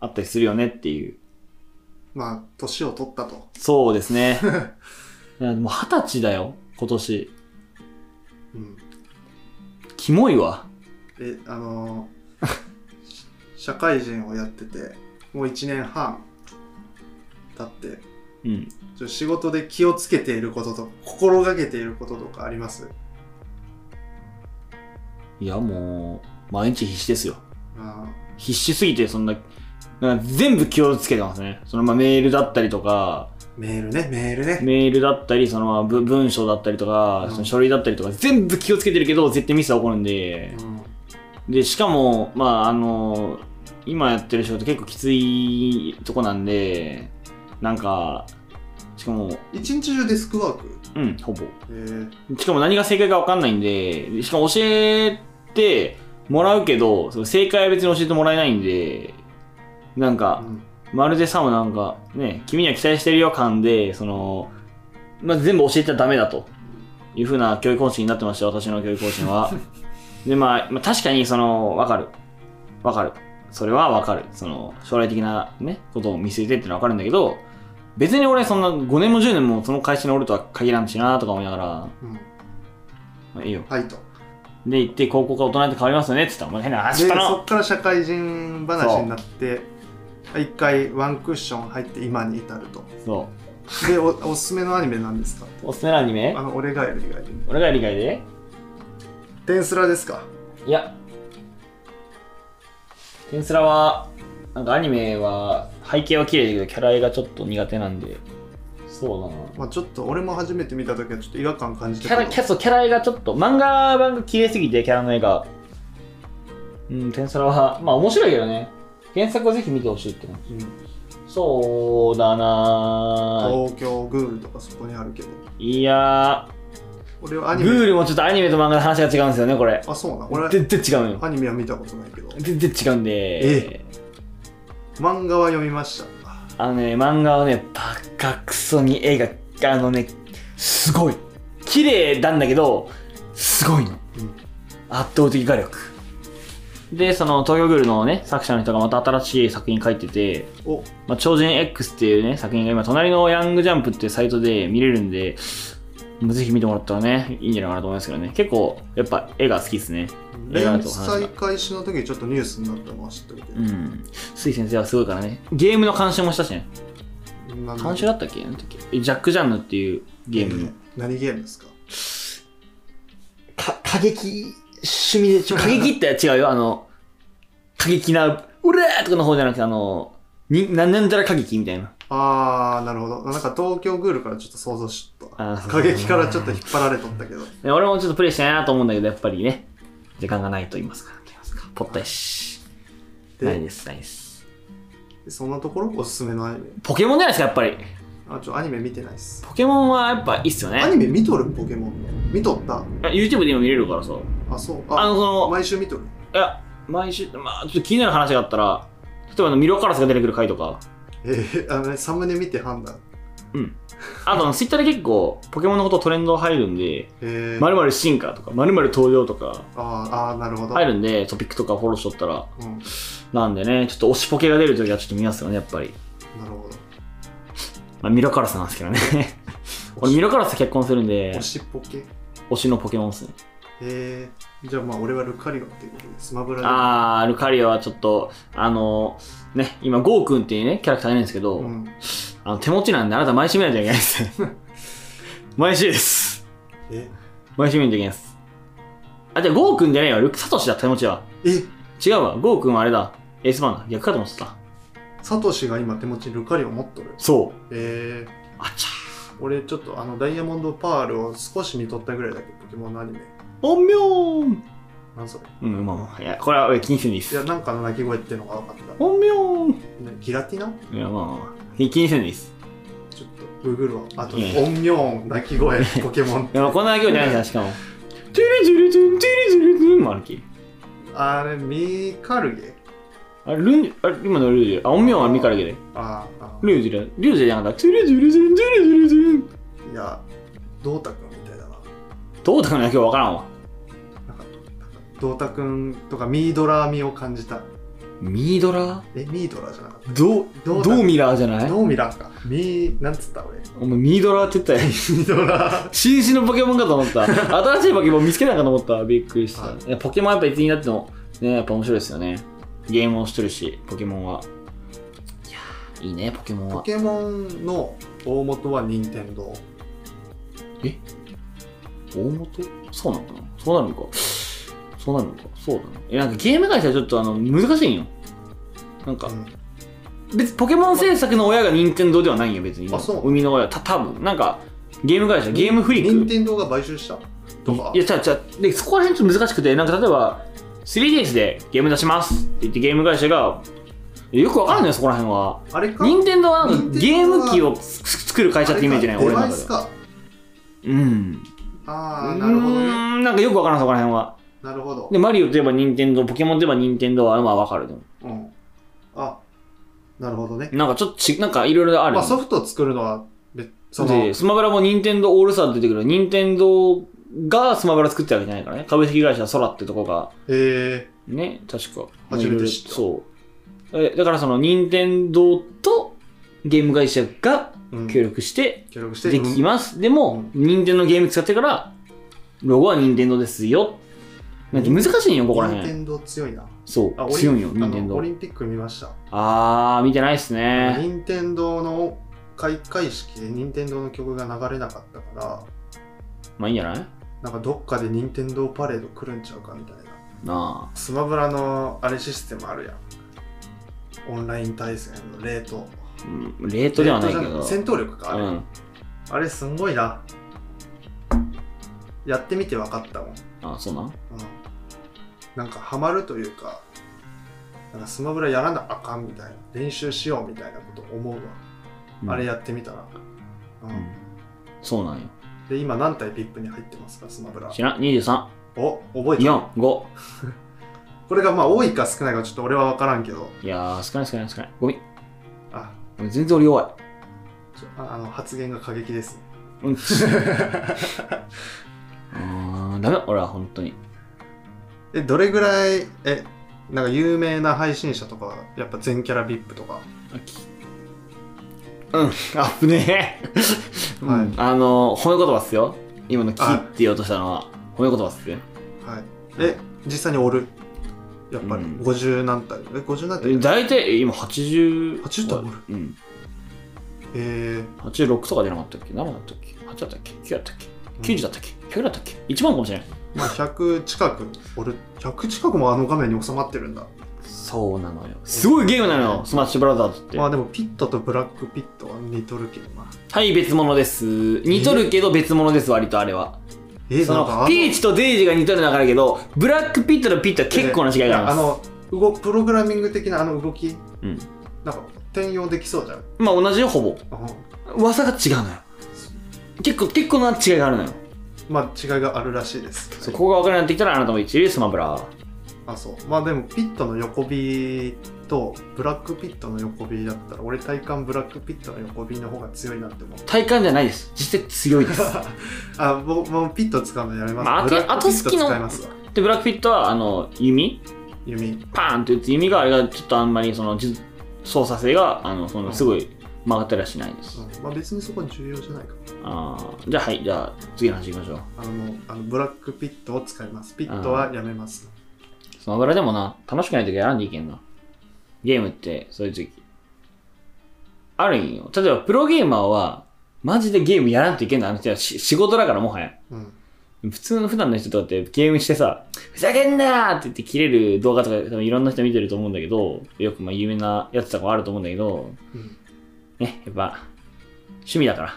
Speaker 2: あったりするよねっていう。
Speaker 1: まあ、年を取ったと。
Speaker 2: そうですね。いやもう二十歳だよ、今年。
Speaker 1: うん。
Speaker 2: キモいわ。
Speaker 1: え、あのー し社会人をやってて、もう1年半経って、
Speaker 2: うん。
Speaker 1: ちょ仕事で気をつけていることとか、心がけていることとかあります
Speaker 2: いや、もう、毎日必死ですよ。
Speaker 1: あー
Speaker 2: 必死すぎて、そんな、なんか全部気をつけてますね。そのまあメールだったりとか、
Speaker 1: メールね、メールね。
Speaker 2: メールだったり、そのまあぶ文章だったりとか、
Speaker 1: うん
Speaker 2: その書類だったりとか、全部気をつけてるけど、絶対ミスは起こるんで。
Speaker 1: うん
Speaker 2: で、しかも、まあ、あの、今やってる仕事結構きついとこなんで、なんか、しかも、
Speaker 1: 一日中デスクワーク
Speaker 2: うん、ほぼ。
Speaker 1: えー、
Speaker 2: しかも何が正解か分かんないんで、でしかも教えてもらうけど、その正解は別に教えてもらえないんで、なんか、
Speaker 1: うん
Speaker 2: まるでさもなんか、ね、君には期待してるよ感で、その、まあ、全部教えちゃダメだと。いうふうな教育方針になってました、私の教育方針は。で、まあ、まあ、確かに、その、わかる。わかる。それはわかる。その、将来的なね、ことを見据えてってのはわかるんだけど、別に俺、そんな5年も10年もその会社におるとは限らんしなとか思いながら、
Speaker 1: うん、
Speaker 2: まあ、いいよ。
Speaker 1: はいと。
Speaker 2: で、行って、高校から大人って変わりますよねって言ったら、お前変な
Speaker 1: で、
Speaker 2: 話した
Speaker 1: そ
Speaker 2: な
Speaker 1: っから社会人話になって、一回ワンクッション入って今に至ると。
Speaker 2: そ
Speaker 1: で、おおすすめのアニメなんですか
Speaker 2: う。おすすめのアニメ
Speaker 1: あの、俺がいる以外に。
Speaker 2: 俺が理解で
Speaker 1: テンスラですか
Speaker 2: いや。テンスラは、なんかアニメは背景は綺麗だけど、キャラ絵がちょっと苦手なんで、そうだな。
Speaker 1: まあちょっと俺も初めて見た時はちょっと違和感感じ
Speaker 2: キ
Speaker 1: て
Speaker 2: ャラ、キャそうキャラ絵がちょっと、漫画版が綺麗すぎて、キャラの絵が。うん、テンスラは、まあ面白いけどね。原作をぜひ見てほしいって感じ。
Speaker 1: うん
Speaker 2: そうだな
Speaker 1: 東京グールとかそこにあるけど
Speaker 2: いや
Speaker 1: 俺はア
Speaker 2: ー、
Speaker 1: ニ
Speaker 2: グ
Speaker 1: メ
Speaker 2: ールもちょっとアニメと漫画の話が違うんですよね、これ。
Speaker 1: あそうなん俺は
Speaker 2: 全然違うよ。
Speaker 1: アニメは見たことないけど
Speaker 2: 全然違うんで、
Speaker 1: 漫画は読みました
Speaker 2: あのね、漫画はね、バカクソに絵が、あのね、すごい。綺麗なんだけど、すごいの。
Speaker 1: うん
Speaker 2: 圧倒的画力。で、その、東京グールのね、作者の人がまた新しい作品書いてて、
Speaker 1: お
Speaker 2: まあ、超人 X っていうね、作品が今、隣のヤングジャンプっていうサイトで見れるんで、もうぜひ見てもらったらね、いいんじゃないかなと思いますけどね。結構、やっぱ絵が好きですね。映画だ
Speaker 1: 連
Speaker 2: と話が
Speaker 1: 載開始の時にちょっとニュースになったのは知ってるけど
Speaker 2: う、ん。スイ先生はすごいからね。ゲームの監修もしたしね。
Speaker 1: なんだ
Speaker 2: 監修だったっけあの時えジャック・ジャンヌっていうゲームの
Speaker 1: 何ゲームですか
Speaker 2: か過激趣味でちょ過激って違うよあの過激な「うれー!」とかの方じゃなくてあのになんなんたら過激みたいな
Speaker 1: あーなるほどなんか東京グールからちょっと想像しとった
Speaker 2: あーそう
Speaker 1: 過激からちょっと引っ張られとったけど
Speaker 2: ね俺もちょっとプレイしたいなと思うんだけどやっぱりね時間がないと言いますかなんて言いますかぽったいし
Speaker 1: で
Speaker 2: ないですないです
Speaker 1: そんなところおすすめのアニメ
Speaker 2: ポケモンじゃないですかやっぱり
Speaker 1: あちょアニメ見てないっす
Speaker 2: ポケモンはやっぱいいっすよね
Speaker 1: アニメ見とるポケモンの見とった
Speaker 2: あ YouTube で今見れるからさ
Speaker 1: あそう
Speaker 2: あのその
Speaker 1: 毎週見とる
Speaker 2: いや毎週まあちょっと気になる話があったら例えばあのミロカラスが出てくる回とか
Speaker 1: えー、あのねサムネ見て判断
Speaker 2: あと、ツイッターで結構、ポケモンのことトレンド入るんで、
Speaker 1: えー、
Speaker 2: まる進化とか、まる登場とか、
Speaker 1: あーあーなるほど、
Speaker 2: 入るんで、トピックとかフォローしとったら、
Speaker 1: うん、な
Speaker 2: なんでね、ちょっと推しポケが出るときはちょっと見ますよね、やっぱり。
Speaker 1: るほど
Speaker 2: まあ、ミロカラスなんですけどね。俺、ミロカラスと結婚するんで
Speaker 1: 推、しポケ
Speaker 2: 推しのポケモンっすね。
Speaker 1: えー、じゃあまあ俺はルカリオっていうことでスマブラで
Speaker 2: あー、ルカリアはちょっと、あのーね、今、ゴーくんっていうね、キャラクターいないんですけど、
Speaker 1: うん、
Speaker 2: あの手持ちなんであなた毎週見ないといけないです。 毎週です。
Speaker 1: え
Speaker 2: 毎週見ないといけないです。あ、じゃあ、ゴーくんじゃねえよ。ルサトシだ、手持ちは。
Speaker 1: え
Speaker 2: 違うわ、ゴーくんはあれだ。エースバーンだ。逆かと思ってた。
Speaker 1: サトシが今手持ちにルカリオ持っとる
Speaker 2: そう。
Speaker 1: えー、
Speaker 2: あちゃ
Speaker 1: 俺ちょっとあのダイヤモンドパールを少し見とったぐらいだけどポケモンのアニメ
Speaker 2: ー。おんみょーん。
Speaker 1: なんそれ
Speaker 2: うん、まあまあ、いや、これは俺気にせんでいいっ
Speaker 1: い
Speaker 2: す
Speaker 1: や。なんかの鳴き声っていうのが分かった
Speaker 2: おんみょーん。
Speaker 1: ねギラティナ
Speaker 2: いや、まあまあまあ、気にせんでいいっす。
Speaker 1: ちょっとググるわあと
Speaker 2: いや
Speaker 1: 音量鳴き声ポケモン
Speaker 2: いや、まあこんなだけじゃないんだ、しかも。トゥルトゥルトゥン、トゥルトゥルトゥンもあるき。
Speaker 1: あれミカルゲ
Speaker 2: あれ、ルン、あれ、今のルージュ。あ、おんみょーんはミカルゲで。
Speaker 1: あーあ
Speaker 2: ルージュだ。ルージュじゃなかった。トゥルトゥルトゥン、トゥルトゥルトゥン。
Speaker 1: ーいやドータくんみたいだな
Speaker 2: どうだかな、今日わからんわ。
Speaker 1: なんかドータくんとかミードラーみを感じた
Speaker 2: ミードラ
Speaker 1: えミードラーじゃなかっ
Speaker 2: どう、
Speaker 1: どうだ
Speaker 2: どうミラーじゃない
Speaker 1: ドーミラーかミーなんつった俺ミ
Speaker 2: お前ミードラーって言ったよ。
Speaker 1: ードラー
Speaker 2: 新種のポケモンかと思 った。新しいポケモン見つけたんかと思った。びっくりし
Speaker 1: は
Speaker 2: た。いやポケモンやっぱ一になっても、ね、やっぱ面白いですよね。ゲームをしてるし、ポケモンは。いやーいいね、ポケモン
Speaker 1: ポ
Speaker 2: は。
Speaker 1: ケモンの大元は任天堂
Speaker 2: 大元そうなのかなそうなるのか。そうなるのか。そうだな。え、なんかゲーム会社はちょっとあの、難しいんよ。なんか
Speaker 1: う、ん
Speaker 2: 別にポケモン制作の親が任天堂ではないんよ、別に。
Speaker 1: あそう
Speaker 2: 生みの親。た、多分なんか、ゲーム会社、ゲームフリック。
Speaker 1: 任天堂が買収したとか
Speaker 2: いや、じゃあ、じゃあで、そこら辺ちょっと難しくて、なんか例えば、3DS でゲーム出しますって言ってゲーム会社が、よくわからんのよ、そこら辺は。
Speaker 1: あれか
Speaker 2: 任天堂はなんか
Speaker 1: 任
Speaker 2: ゲー
Speaker 1: 天堂は
Speaker 2: ム機を作る会社ってイメージない、
Speaker 1: あれ
Speaker 2: 俺
Speaker 1: か
Speaker 2: の
Speaker 1: デバイ
Speaker 2: 中で
Speaker 1: ス
Speaker 2: は。
Speaker 1: か
Speaker 2: うん。
Speaker 1: ああなるほど
Speaker 2: うー
Speaker 1: ね
Speaker 2: んなんかよくわからん、そこら辺は。
Speaker 1: なるほど
Speaker 2: で、マリオといえば任天堂、ポケモンといえば任天堂は、まあわかる。でも
Speaker 1: うんあなるほどね
Speaker 2: なんかちょっとち、なんかいろいろある
Speaker 1: ま
Speaker 2: よ
Speaker 1: あ、
Speaker 2: ね。
Speaker 1: ソフトを作るのは別その
Speaker 2: で、スマブラも任天堂オールスター出てくる。任天堂がスマブラ作ってたわけじゃないからね。株式会社ソラってとこが
Speaker 1: え
Speaker 2: ね、確か。
Speaker 1: 初めて知った
Speaker 2: そう。えだからその、任天堂とゲーム会社が
Speaker 1: ーうん
Speaker 2: 協力して
Speaker 1: 協力して
Speaker 2: できます。でも、任天堂のゲーム使ってから、ロゴは任天堂ですよ。なんて難しいんよ、ここら
Speaker 1: 任
Speaker 2: 辺。
Speaker 1: 天堂強いな
Speaker 2: そう。
Speaker 1: あ
Speaker 2: 強いんよ、
Speaker 1: オリン
Speaker 2: 任天
Speaker 1: あのオ
Speaker 2: 堂
Speaker 1: リ。ンピック見ました
Speaker 2: あー、見てないっすね。
Speaker 1: 任天堂の開会式で任天堂の曲が流れなかったから
Speaker 2: まあいいんじゃない
Speaker 1: なんかどっかで任天堂パレード来るんちゃうかみたいな
Speaker 2: なあ。
Speaker 1: スマブラのあれシステムあるやんオンライン対戦のレート
Speaker 2: うん、レートではないけ
Speaker 1: レート
Speaker 2: ど。
Speaker 1: じゃ戦闘力かあれ、
Speaker 2: うん。
Speaker 1: あれすんごいなやってみて分かったもん
Speaker 2: あ、そうなん
Speaker 1: うんなんかハマるというかなんかスマブラやらなあかんみたいな練習しようみたいなこと思うわ、
Speaker 2: うん
Speaker 1: あれやってみたら、うん
Speaker 2: うんそうなんよ。
Speaker 1: で今何体 VIP に入ってますかスマブラ
Speaker 2: 知らん ?23、
Speaker 1: お覚えてる
Speaker 2: 4、5。
Speaker 1: これがまあ多いか少ないかちょっと俺は分からんけど
Speaker 2: いやー、少ない少ない少ない。ごめん。
Speaker 1: あ
Speaker 2: 俺全然俺弱い。
Speaker 1: ちょああの発言が過激ですね
Speaker 2: うん。 あーダメ俺は本当に
Speaker 1: えどれぐらいえなんか有名な配信者とかやっぱ全キャラ VIP とか
Speaker 2: うんあぶねえ、
Speaker 1: はい
Speaker 2: うんあの褒め言葉っすよ今の「き」
Speaker 1: あ
Speaker 2: って言おうとしたのは褒め言葉っすよ
Speaker 1: はいえ実際におるやっぱり
Speaker 2: うん
Speaker 1: 50何体、え50何
Speaker 2: え
Speaker 1: 体
Speaker 2: 大体今80
Speaker 1: 80とか
Speaker 2: るうん
Speaker 1: え
Speaker 2: 86とか出なかったっけ何だったっけ8だったっけ9だったっけ90だったっけ100だったっけ1万かもしれない
Speaker 1: まあ、100近く、俺、100近くもあの画面に収まってるんだ。
Speaker 2: そうなのよすごいゲームなのよスマッシュブラザーズって、
Speaker 1: まあでも、ピットとブラックピットは似とるけどな。
Speaker 2: はい別物です似とるけど別物です割とあれは
Speaker 1: え
Speaker 2: そ
Speaker 1: なんかあ
Speaker 2: のピーチとデイジーが似とる中だけどブラックピットとピットは結構な違いがあります
Speaker 1: あの、動プログラミング的なあの動き、
Speaker 2: うん
Speaker 1: なんか、転用できそうじゃん。
Speaker 2: まあ同じよほぼ
Speaker 1: うん
Speaker 2: 技が違うのよ結構結構な違いがあるのよ、
Speaker 1: まあ、違いがあるらしいです。
Speaker 2: そうここが分からなくなってきたらあなたも一流スマブラ
Speaker 1: あ、そう。まあでも、ピットの横火と、ブラックピットの横火だったら、俺、体感ブラックピットの横火の方が強いなって思う。
Speaker 2: 体感じゃないです実際強いです
Speaker 1: あ、もう、もうピット使うのやめます。
Speaker 2: まああと
Speaker 1: ブラックピット
Speaker 2: あと好きの
Speaker 1: 使いますわ。
Speaker 2: でブラックピットはあの弓
Speaker 1: 弓。
Speaker 2: パーンって打つ弓があれがちょっとあんまりその実操作性があのそのすごい曲がったりはしないです。
Speaker 1: うんまあ、別にそこは重要じゃないか
Speaker 2: あーじゃあはい、じゃあ次の話いきましょう。
Speaker 1: あのもうあのブラックピットを使いますピットはやめます
Speaker 2: そのぐらいでもな、楽しくない時はやらんでいいけんな。ゲームって、そういう時。あるんよ。例えば、プロゲーマーは、マジでゲームやらんといけんのあの人はし仕事だからもはや。
Speaker 1: うん
Speaker 2: 普通の普段の人とかってゲームしてさ、ふざけんなーって言って切れる動画とか多分いろんな人見てると思うんだけど、よくまあ有名なやつとかもあると思うんだけど、
Speaker 1: うん、
Speaker 2: ね、やっぱ、趣味だから。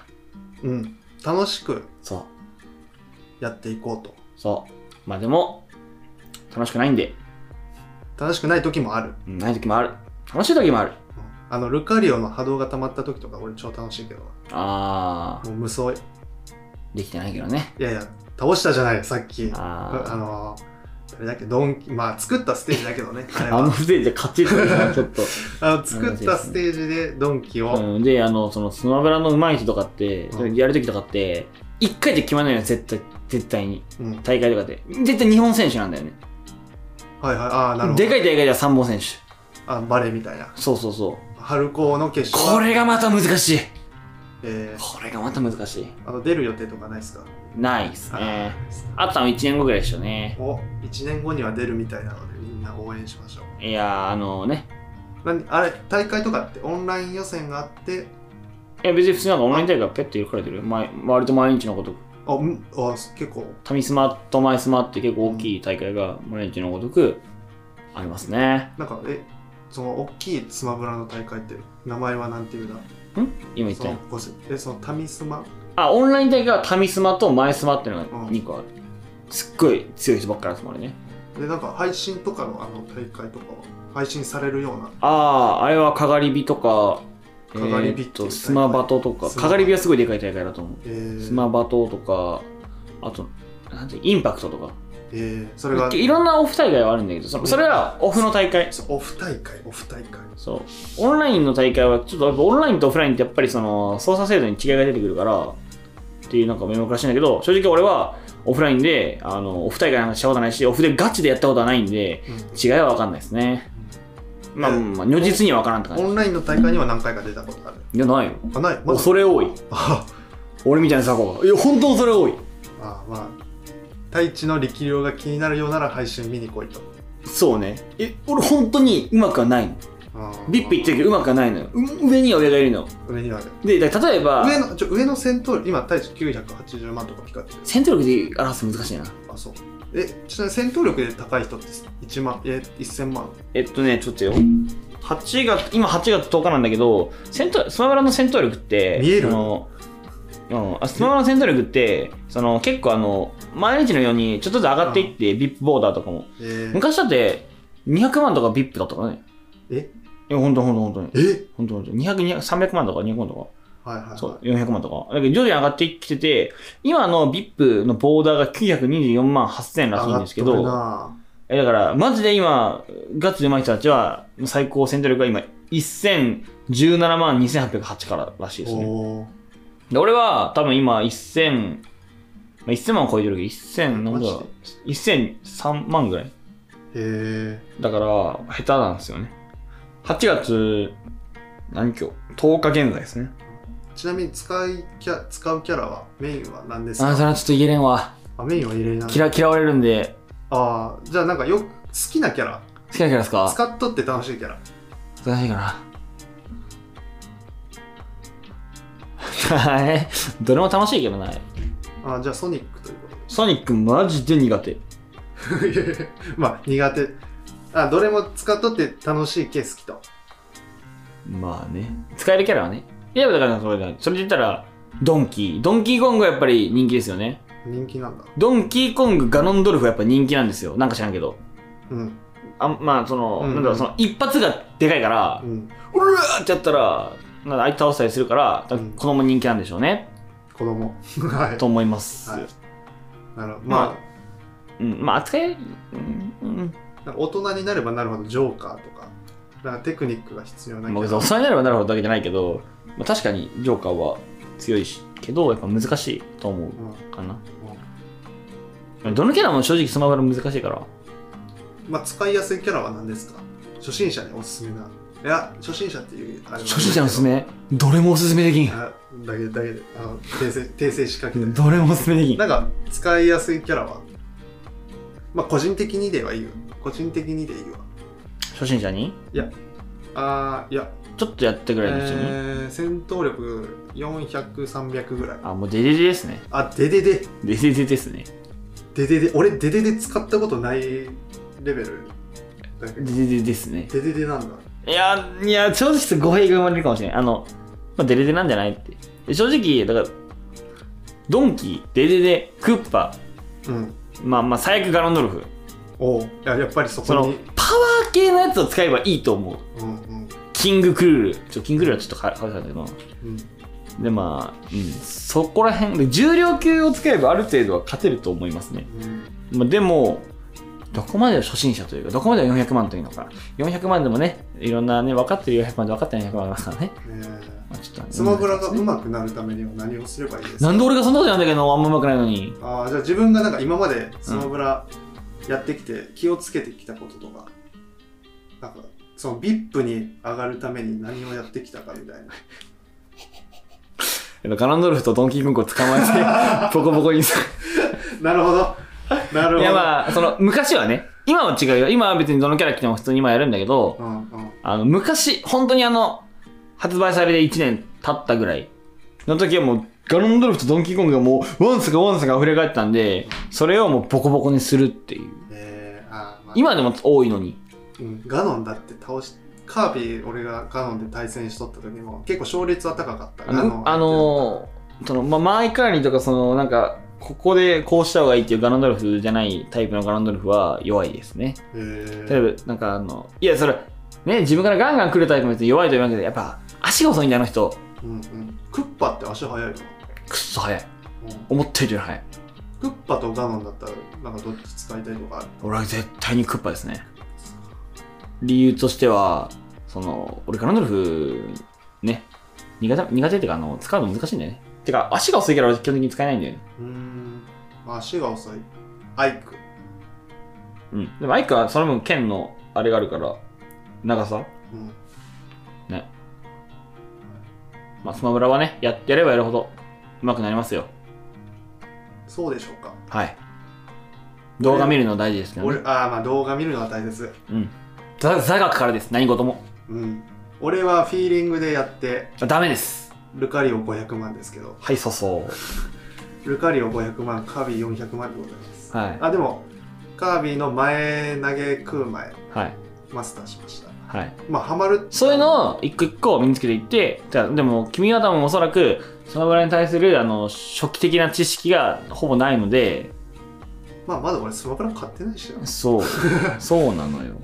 Speaker 1: うん、楽しく
Speaker 2: そう。
Speaker 1: やっていこうと
Speaker 2: そう。まあでも、楽しくないんで、
Speaker 1: 楽しくない時もある、
Speaker 2: うんない時もある。楽しい時もある。
Speaker 1: うんあのルカリオの波動が溜まった時とか俺超楽しいけど
Speaker 2: あ
Speaker 1: もう無双い
Speaker 2: ー、できてないけどね。
Speaker 1: やいや倒したじゃないさっきあ
Speaker 2: あー。
Speaker 1: の誰だっけドンキまあ作ったステージだけ どねあれ
Speaker 2: あの
Speaker 1: は
Speaker 2: ステージで勝ち取るな、ちょっと。
Speaker 1: あの作ったステージでドンキを、
Speaker 2: うん、で、あの、その、スマブラの上手い人とかって、
Speaker 1: うん
Speaker 2: やるときとかって、一回で決まらないのよ、絶対、絶対に。
Speaker 1: うん
Speaker 2: 大会とかで。絶対日本選手なんだよね。
Speaker 1: はいはいああなるほど
Speaker 2: でかい大会では三本選手。
Speaker 1: あバレーみたいな
Speaker 2: そうそうそう。
Speaker 1: 春高の決勝は
Speaker 2: これがまた難しい。
Speaker 1: えー
Speaker 2: これがまた難しい。
Speaker 1: あの出る予定とかないですか
Speaker 2: ないですね。
Speaker 1: あ
Speaker 2: あとは1年後ぐらいでしたね。
Speaker 1: お1年後には出るみたいなのでみんな応援しましょう
Speaker 2: いやー、あのね。
Speaker 1: 何あれ大会とかってオンライン予選があって
Speaker 2: いや、別に普通なんかオンライン大会ペット入れられてるよ。ま、割と毎日のこと
Speaker 1: あうんあ結構
Speaker 2: タミスマとマイスマって結構大きい大会が毎日のごとくありますね。
Speaker 1: なんかえその大きいスマブラの大会って名前はなんていうんだ
Speaker 2: 今言っ
Speaker 1: そ
Speaker 2: た
Speaker 1: の
Speaker 2: よ
Speaker 1: ごせえそのタミスマ
Speaker 2: あ、オンライン大会はタミスマとマイスマっていうの
Speaker 1: う
Speaker 2: が
Speaker 1: ん
Speaker 2: 2個ある。すっごい強い人ばっかり集まるね。
Speaker 1: でなんか配信とかのあの大会とかは配信されるような
Speaker 2: ああ、あれはかがり火とか、
Speaker 1: かがり火
Speaker 2: えー
Speaker 1: っ
Speaker 2: って
Speaker 1: いう大
Speaker 2: と
Speaker 1: 会
Speaker 2: スマバトとか、
Speaker 1: スマ
Speaker 2: かがり火はすごいでかい大会だと思う。
Speaker 1: えー、
Speaker 2: スマバトとか、あと、なんてインパクトとか。
Speaker 1: えー、それが
Speaker 2: いろんなオフ大会はあるんだけど、そのそれはオフの大会。
Speaker 1: そうオフ大会オフ大会
Speaker 2: そう。オンラインの大会は、ちょっとやっぱオンラインとオフラインってやっぱりその操作精度に違いが出てくるから、っていうなんか目もおかしいんだけど、正直俺はオフラインで、あの、オフ大会なんかしたことないし、オフでガチでやったことはないんで、
Speaker 1: うん
Speaker 2: 違いは分かんないですね。まあ、
Speaker 1: え
Speaker 2: まあ、如実には分からんって感じ
Speaker 1: オ。ンラインの大会には何回か出たことある
Speaker 2: いや、ないよ。
Speaker 1: あないまだ
Speaker 2: 恐れ多い。
Speaker 1: あ
Speaker 2: 俺みたいな作法が。いや、本当恐れ多い。
Speaker 1: あまあ太一の力量が気になるようなら配信見に来いと
Speaker 2: そうね。え、俺本当にうまくはないの。ビップ行って
Speaker 1: る
Speaker 2: るけどうまくはないのよ。う上には上がいるの。
Speaker 1: 上にある
Speaker 2: で、だから例えば、
Speaker 1: 上のちょ上の戦闘力今太一980万とか光ってる
Speaker 2: 戦闘力で表すの難しいな。
Speaker 1: あそうえちなみに戦闘力で高い人って1万え1000万
Speaker 2: えっとね、ちょっとよ。8月、今8月10日なんだけど、戦闘スマブラの戦闘力って、
Speaker 1: 見える
Speaker 2: そのうん、あスマブラの戦闘力って、その結構あの、毎日のようにちょっとずつ上がっていって、VIP ボーダーとかも。
Speaker 1: えー、
Speaker 2: 昔だって、200万とか VIP だったからね。
Speaker 1: え
Speaker 2: いや、ほんとほんとほんとに。
Speaker 1: え
Speaker 2: ほんとほんと。200、200 300万とか200万とか。
Speaker 1: はいはいはい
Speaker 2: そう、400万とか。だけど徐々に上がってきてて、今の VIP のボーダーが924万8000らしいんですけ
Speaker 1: 上
Speaker 2: ど、
Speaker 1: がっ
Speaker 2: え、だから、マジで今、ガチで上手い人たちは、最高戦闘力が今、1017万2808かららしい
Speaker 1: と
Speaker 2: で
Speaker 1: るな
Speaker 2: すね。
Speaker 1: おー
Speaker 2: で、俺は、多分今、1000、まあ、1000万超えてるけど、1000、なん
Speaker 1: マ
Speaker 2: だろう、1003万ぐらい。
Speaker 1: え
Speaker 2: だから、下手なんですよね。8月、何今日 ?10 日現在ですね。
Speaker 1: ー、ちなみに使いキャ使うキャラはメインは何です
Speaker 2: あ、それ
Speaker 1: か
Speaker 2: はちょっと言えれんわ。
Speaker 1: あメインは入れない
Speaker 2: 嫌、嫌われるんで、
Speaker 1: あーじゃあなんかよく好きなキャラ
Speaker 2: 好きなキャラですか
Speaker 1: 使っとって楽しいキャラ
Speaker 2: 難しいか な。はい。 どれも楽しいけどない。
Speaker 1: あーじゃあソニックということで
Speaker 2: ソニックマジで苦手。
Speaker 1: いやいやまあ苦手あどれも使っとって楽しい系好きと
Speaker 2: まあね。使えるキャラはね。いや、だからそれだ。それで言ったら、ドンキー。ドンキーコングはやっぱり人気ですよね。
Speaker 1: 人気なんだ
Speaker 2: ドンキーコング、ガノンドルフはやっぱ人気なんですよ。なんか知らんけど。
Speaker 1: うん
Speaker 2: あまあ、その、
Speaker 1: うんうん
Speaker 2: なんだろう、その一発がでかいから
Speaker 1: う、ん
Speaker 2: うわーってやったら、なんか相手倒したりするから、多分子供人気なんでしょうね。
Speaker 1: 子供はい
Speaker 2: と思います。
Speaker 1: はいなるほどま
Speaker 2: うん、まあ、扱い、うん、うん。
Speaker 1: あなんか大人になればなるほどジョーカーとかなんかテクニックが必要なキ
Speaker 2: ま
Speaker 1: ャ
Speaker 2: あ、別に大
Speaker 1: ラ
Speaker 2: 人になればなるほどだけじゃないけど、まあ、確かにジョーカーは強いしけどやっぱ難しいと思
Speaker 1: うん
Speaker 2: うかなどのキャラも正直スマブラ難しいから
Speaker 1: まあ、使いやすいキャラは何ですか初心者におすすめないや、初心者っていう、あれ
Speaker 2: 初心者のおすすめどれもおすすめできん。
Speaker 1: あだけだけで、あの、訂正、訂正しかけて。
Speaker 2: どれもおすすめできん。
Speaker 1: なんか、使いやすいキャラは、まあ、個人的にではいいよ。個人的にでいいわ。
Speaker 2: 初心者に
Speaker 1: あー、いや、
Speaker 2: ちょっとやってく
Speaker 1: え
Speaker 2: らいの人に。
Speaker 1: ー、戦闘力400、300ぐらい。
Speaker 2: あ、もうデデデですね。
Speaker 1: あ、ででで、
Speaker 2: デデデですね。
Speaker 1: ででで、俺、ででで使ったことないレベルだけ
Speaker 2: デ
Speaker 1: ど、
Speaker 2: デデですね。
Speaker 1: でででなんだ。
Speaker 2: いや、いや、正直ちょっと語弊が生まれるかもしれない。あの、まあ、デレデなんじゃないって。で正直、だから、ドンキ、デレデ、クッパ、
Speaker 1: うん。
Speaker 2: まあまあ、最悪ガロンドルフ。
Speaker 1: おういや、やっぱりそ
Speaker 2: そ
Speaker 1: こ
Speaker 2: の
Speaker 1: に。、
Speaker 2: パワー系のやつを使えばいいと思う。
Speaker 1: うんうん
Speaker 2: キングクルール。ちょ、キングクルールはちょっとかかわいそうだけど。
Speaker 1: うん。
Speaker 2: で、まあ、うん。そこら辺、で重量級を使えばある程度は勝てると思いますね。
Speaker 1: うん
Speaker 2: まあ、でも、どこまでは初心者というか、どこまでは400万というのか。400万でもね、いろんなね、分かってる400万で分かってない400万ありますからね。
Speaker 1: ね
Speaker 2: まあ、ちょっとね
Speaker 1: えスマブラが上手くなるためには何をすればいいですか
Speaker 2: なんで俺がそんなことやんだけど、あんま上手くないのに。
Speaker 1: ああじゃあ自分がなんか今までスマブラやってきて気をつけてきたこととか、なんかその VIP に上がるために何をやってきたかみたいな
Speaker 2: ガランドルフとドンキーコングを捕ま えて、ボコボコにする。
Speaker 1: なるほどなるほど
Speaker 2: いやまあ、その、昔はね、今は違うよ。今は別にどのキャラ来ても普通に今やるんだけど、
Speaker 1: うんうん
Speaker 2: あの、昔、本当にあの、発売されて1年経ったぐらいの時はもう、ガロンドルフとドンキーコングがもう、ワンスがワンスが溢れ返ったんで、それをもうボコボコにするっていう。
Speaker 1: えー、あーまあ、
Speaker 2: 今でも多いのに。
Speaker 1: うん、ガノンだって倒しカービィ俺がガノンで対戦しとった時も結構勝率は高かった
Speaker 2: あの、あのその、まあ、マイカーリーとか、その、なんか、ここでこうした方がいいっていうガロンドルフじゃないタイプのガロンドルフは弱いですね。
Speaker 1: へー
Speaker 2: 例えば、なんかあの、いや、それ、ね、自分からガンガン来るタイプのやつ弱いと言わんけど、やっぱ、足が遅いんだよ、あの人。
Speaker 1: うんうん、クッパって足速いよな、
Speaker 2: くっそ速い。
Speaker 1: うん
Speaker 2: 思ってるより速い。
Speaker 1: クッパとガノンだったらなんかどっち使いたいとかある
Speaker 2: 俺は絶対にクッパですね理由としてはその俺ガランドルフね苦手苦手っていうかあの使うの難しいんだよねてか足が遅いから俺基本的に使えないんだよね
Speaker 1: うーん、まあ、足が遅いアイク
Speaker 2: うんでもアイクはその分剣のあれがあるから長さ
Speaker 1: うん
Speaker 2: まあスマブラはねややればやるほど上手くなりますよ
Speaker 1: そうでしょうか、
Speaker 2: はい動画見るの大事ですけど
Speaker 1: 俺
Speaker 2: ね
Speaker 1: ああまあ動画見るのは大切
Speaker 2: うん座座学からです何事も
Speaker 1: うん俺はフィーリングでやって
Speaker 2: あダメです
Speaker 1: ルカリオ500万ですけど
Speaker 2: はいそうそ
Speaker 1: ルカリオ500万カービィ400万でございます
Speaker 2: うはい
Speaker 1: あでもカービィの前投げ食う前
Speaker 2: はい
Speaker 1: マスターしました
Speaker 2: はい
Speaker 1: まあハマる
Speaker 2: そういうのを一個一個身につけていって、じゃあでも君方もおそらくスマブラに対するあの初期的な知識がほぼないので、
Speaker 1: まあまだ俺スマブラ買ってないしな
Speaker 2: そう、 そうなのよ。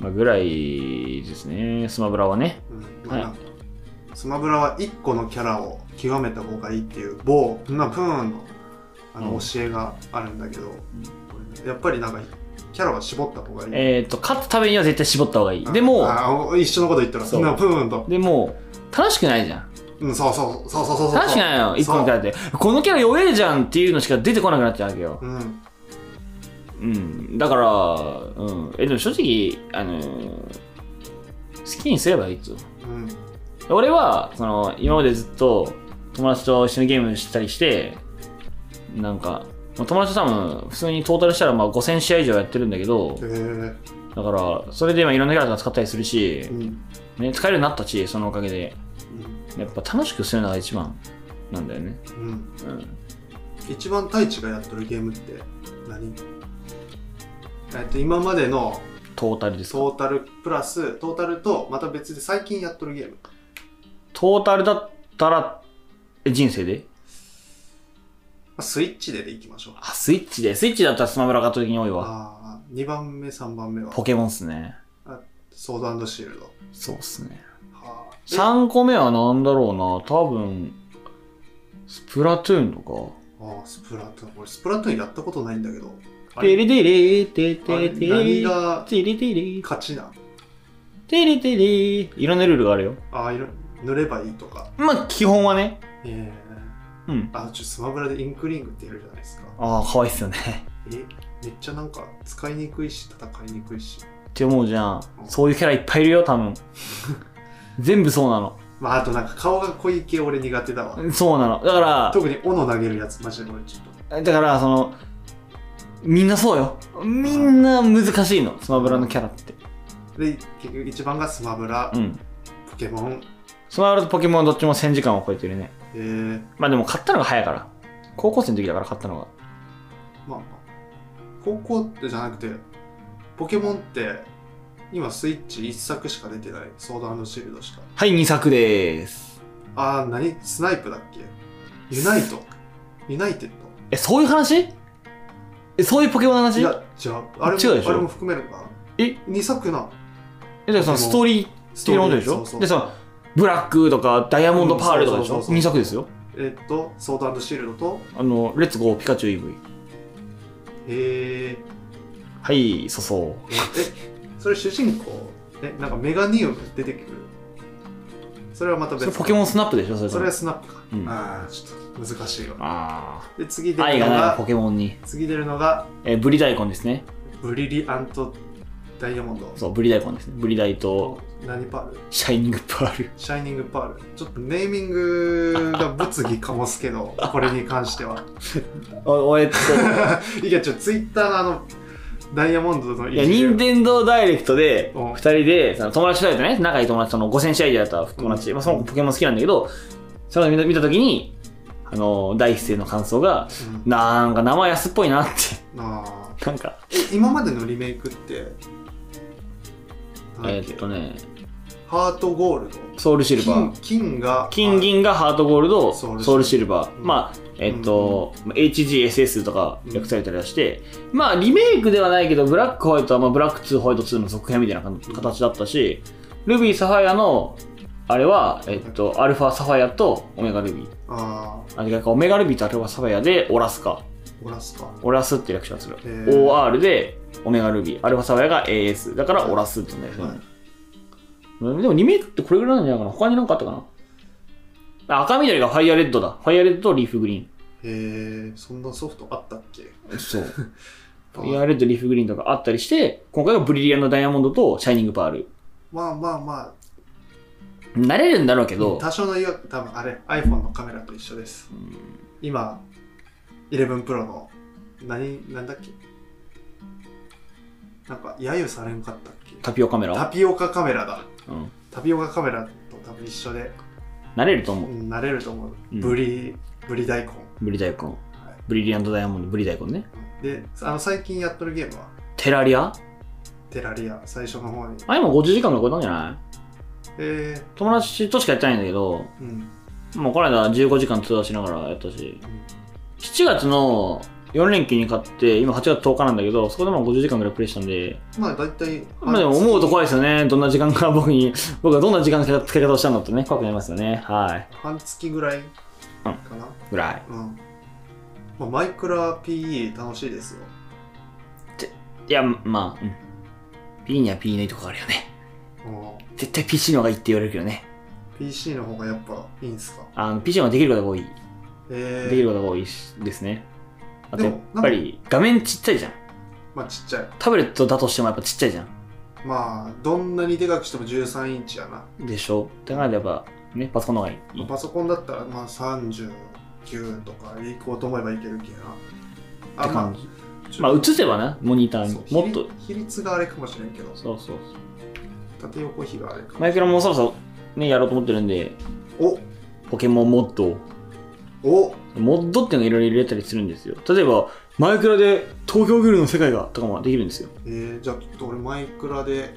Speaker 2: まあ、ぐらいですね、スマブラはね。
Speaker 1: うんまあなんかスマブラは1個のキャラを極めた方がいいっていう某なプーンのあ
Speaker 2: う
Speaker 1: の
Speaker 2: ん
Speaker 1: 教えがあるんだけど、やっぱりなんかキャラは絞った方がいい、
Speaker 2: えっ、と、勝つためには絶対絞った方がいい。でも、
Speaker 1: ああ一緒のこと言ったら
Speaker 2: そう
Speaker 1: なプーンと、
Speaker 2: でも、楽しくないじゃん。
Speaker 1: うん、そうそうそうそうそうそう
Speaker 2: 楽しくないの、一個のキャラって。このキャラ弱えじゃんっていうのしか出てこなくなっちゃうわけよ。
Speaker 1: うん
Speaker 2: うん、だから、うん、えでも正直、あのー好きにすればいいっつう
Speaker 1: うん
Speaker 2: 俺はその今までずっと友達と一緒にゲームしたりしてなんかまあ友達と多分普通にトータルしたらまあ5000試合以上やってるんだけど
Speaker 1: へえ
Speaker 2: だからそれでまあいろんなキャラとか使ったりするし
Speaker 1: う、ん
Speaker 2: ね、使えるようになったしそのおかげでやっぱ楽しくするのが一番なんだよね、
Speaker 1: うんうん
Speaker 2: うん、
Speaker 1: 一番太一がやってるゲームって何えっと今までの
Speaker 2: トータルですか
Speaker 1: トータルプラストータルとまた別で最近やっとるゲーム
Speaker 2: トータルだったらえ人生で
Speaker 1: まあスイッチででいきましょう
Speaker 2: あスイッチでスイッチだったらスマブラが圧倒的に多いわ
Speaker 1: ああ、2番目、3番目は
Speaker 2: ポ、ケモンっすね。
Speaker 1: ソードシールド。
Speaker 2: そうっすね。
Speaker 1: はあ、あ
Speaker 2: 3個目はなんだろうな。多分、スプラトゥーンと
Speaker 1: あ、スプラトゥーン。俺、スプラトゥーンやったことないんだけど。
Speaker 2: か。
Speaker 1: あれ
Speaker 2: テレテレテ
Speaker 1: あれ
Speaker 2: テテ
Speaker 1: 何
Speaker 2: レ
Speaker 1: が
Speaker 2: テレテレ
Speaker 1: 勝ちなん
Speaker 2: テレテレいろんなルールがあるよ。
Speaker 1: ああ、いろ塗ればいいとか。
Speaker 2: まあ、基本はね。
Speaker 1: ええ
Speaker 2: うん。
Speaker 1: あ、ちょ、スマブラでインクリングってやるじゃないですか。
Speaker 2: ああ、かわいいっすよね。
Speaker 1: え、めっちゃなんか、使いにくいし、戦いにくいし。
Speaker 2: って思うじゃん。そういうキャラいっぱいいるよ、多分。全部そうなの。
Speaker 1: まあ、あとなんか顔が濃い系俺苦手だわ。
Speaker 2: そうなの。だから、
Speaker 1: 特に斧投げるやつ、マジで俺ちょっと。
Speaker 2: だからそのみんなそうよみんな難しいのスマブラのキャラって
Speaker 1: で、結局一番がスマブラ
Speaker 2: う、ん
Speaker 1: ポケモン、
Speaker 2: スマブラとポケモンどっちも1000時間を超えてるね
Speaker 1: えー、
Speaker 2: まあでも買ったのが早いから高校生の時だから買ったのが
Speaker 1: まあまあ。高校ってじゃなくて、ポケモンって、今スイッチ1作しか出てない。ソードシールドしか。
Speaker 2: はい2作でーす
Speaker 1: あー、何スナイプだっけユナイト。ユナイテッド。
Speaker 2: えそういう話えそういうポケモンの話
Speaker 1: い
Speaker 2: え
Speaker 1: や、じゃあ、あれも
Speaker 2: 違うでしょ
Speaker 1: あれも含めるか。
Speaker 2: え
Speaker 1: ?2 作な。
Speaker 2: だからそ
Speaker 1: ポケモン
Speaker 2: のストーリー
Speaker 1: ス
Speaker 2: 的なことでしょでそのブラックとかダイヤモンドパールとかでし
Speaker 1: う
Speaker 2: ょ
Speaker 1: んそうそうそうそう
Speaker 2: 2作ですよ
Speaker 1: えっと、ソードシールドと、
Speaker 2: あのレッツゴーピカチュウ EV
Speaker 1: えー、
Speaker 2: はいそうそう
Speaker 1: え、それ主人公え、なんかメガニウム出てくるそれはまた
Speaker 2: そ
Speaker 1: 別
Speaker 2: れポケモンスナップでしょそれ
Speaker 1: それはスナップか。
Speaker 2: うん
Speaker 1: ああ、ちょっと難しいわ。
Speaker 2: あ
Speaker 1: で、次
Speaker 2: あ
Speaker 1: 出
Speaker 2: 愛
Speaker 1: る
Speaker 2: が
Speaker 1: の
Speaker 2: ない
Speaker 1: が
Speaker 2: ポ、ケモンに
Speaker 1: 次出るのが、
Speaker 2: えーブリ大根ですね。
Speaker 1: ブリリアントダイヤモンド。
Speaker 2: そう、ブリ大根ですね。ブリ大と、
Speaker 1: 何パール
Speaker 2: シャイニングパール。
Speaker 1: シャイニングパール。ちょっとネーミングが物議かもすけど、これに関しては。
Speaker 2: お、おえっ
Speaker 1: いや、ちょ、ツイッターのあの、ダイヤモンドの
Speaker 2: と、いや、任天堂ダイレクトで、
Speaker 1: うん
Speaker 2: 二人で、その友達とね、仲いい友達との5000試合でやった友達、まあ、その子ポケモン好きなんだけど、それを見た見たときに、あの、第一声の感想が、
Speaker 1: うん
Speaker 2: なんか名前安っぽいなっ
Speaker 1: あー
Speaker 2: て、なんか、
Speaker 1: え、今までのリメイクって、
Speaker 2: えーっとね、
Speaker 1: ハートゴールド。
Speaker 2: ソウルシルバー
Speaker 1: 金。金が
Speaker 2: 金銀がハートゴールド、
Speaker 1: ソ
Speaker 2: ソ
Speaker 1: ウ
Speaker 2: ウ
Speaker 1: ルシルバー
Speaker 2: ルシルバー。
Speaker 1: うん
Speaker 2: まあ、えっと、HGSS とか略されたりはして、まあ、リメイクではないけど、ブラックホワイトは、まあ、ブラック2ホワイト2の続編みたいな感形だったし、ルビーサファイアの、あれは、えっと、アルファサファイアとオメガルビー。
Speaker 1: あ
Speaker 2: あ、違うか、オメガルビーとアルファサファイアでオラスか。
Speaker 1: ーオラスか
Speaker 2: オラスって略称する。
Speaker 1: へー
Speaker 2: OR でオメガルビー、アルファサファイアが AS。だからオラスって言うんだよね。
Speaker 1: はい
Speaker 2: うんでもリメイクってこれぐらいなんじゃないかな他に何かあったかなあ赤緑がファイアレッドだ。ファイアレッド、リーフグリ
Speaker 1: へえそんなソフトあったっけ
Speaker 2: ーン。そう。フ
Speaker 1: あ
Speaker 2: ァイアレッド、リーフグリーンとかあったりして、今回はブリリアントダイヤモンドとシャイニングパール。
Speaker 1: まあまあま
Speaker 2: 慣れるんだろうけ
Speaker 1: あ
Speaker 2: ど、
Speaker 1: 多少の違和多分あれ iPhone のカメラと一緒です
Speaker 2: うん
Speaker 1: 今 11Pro の何なんだっけなんか揶揄されんかったっけ
Speaker 2: タピオカメ
Speaker 1: タ
Speaker 2: ラ、
Speaker 1: ピオカカメラだ
Speaker 2: うん、
Speaker 1: タピオカカメラと多分一緒で、
Speaker 2: 慣れると
Speaker 1: う
Speaker 2: 思う。
Speaker 1: ん、慣れると思う、
Speaker 2: うん
Speaker 1: ブリブリ大根
Speaker 2: ブリ大根。ブリリアントダイヤモンド、ブリ大根ね。
Speaker 1: であの最近やっとるゲームは
Speaker 2: テラリア
Speaker 1: テラリア最初の方に
Speaker 2: あ、今50時間ぐらい超えたんじゃない
Speaker 1: え
Speaker 2: 友達としかやってないんだけど、
Speaker 1: ー、うん
Speaker 2: もうこの間15時間通話しながらやったし、7月の4連休に買って、今8月10日なんだけど、そこでまあ50時間ぐらいプレイしたんで、
Speaker 1: まあ大体
Speaker 2: まあでも思うと怖い
Speaker 1: い
Speaker 2: ですよね。どんな時間が僕に、 僕がどんな時間の使い方をしたんだってね、怖くなりますよね。はい。
Speaker 1: 半月ぐらいかな
Speaker 2: ぐらい。
Speaker 1: うん、まあ、マイクラ PE 楽しいですよ
Speaker 2: いや、まあ、うん。P には P のいいとこあるよね。
Speaker 1: も
Speaker 2: 絶対 PC の方がいいって言われるけどね。
Speaker 1: う PC の方がやっぱいいんすか
Speaker 2: あの、PC の方ができることが多い。でき
Speaker 1: え
Speaker 2: る
Speaker 1: ー、
Speaker 2: ことが多いしですね。あと
Speaker 1: で
Speaker 2: や
Speaker 1: も
Speaker 2: っぱり、画面ちっちゃいじゃん。
Speaker 1: まあちっちゃい
Speaker 2: タブレットだとしてもやっぱちっちゃいじゃん。
Speaker 1: まあどんなにでかくしても13インチやな、
Speaker 2: でしょだからやっぱ、ね、パソコンの方がいい。
Speaker 1: パソコンだったらまあ39とか行こうと思えばいけるけな
Speaker 2: って感じ。
Speaker 1: あ
Speaker 2: まあ、映せばな、モニター
Speaker 1: そう
Speaker 2: に。もっと。
Speaker 1: 比率比率があれかもしれんけど
Speaker 2: そうそうそう。
Speaker 1: 縦横比があれかも
Speaker 2: マイクラもそろそろね、やろうと思ってるんで、
Speaker 1: お
Speaker 2: ポケモンモッド。
Speaker 1: お
Speaker 2: モッドっていうのいろいろ入れたりするんですよ。例えば、マイクラで東京グルの世界がとかもできるんですよ。
Speaker 1: えー、じゃあちょっと俺マイクラで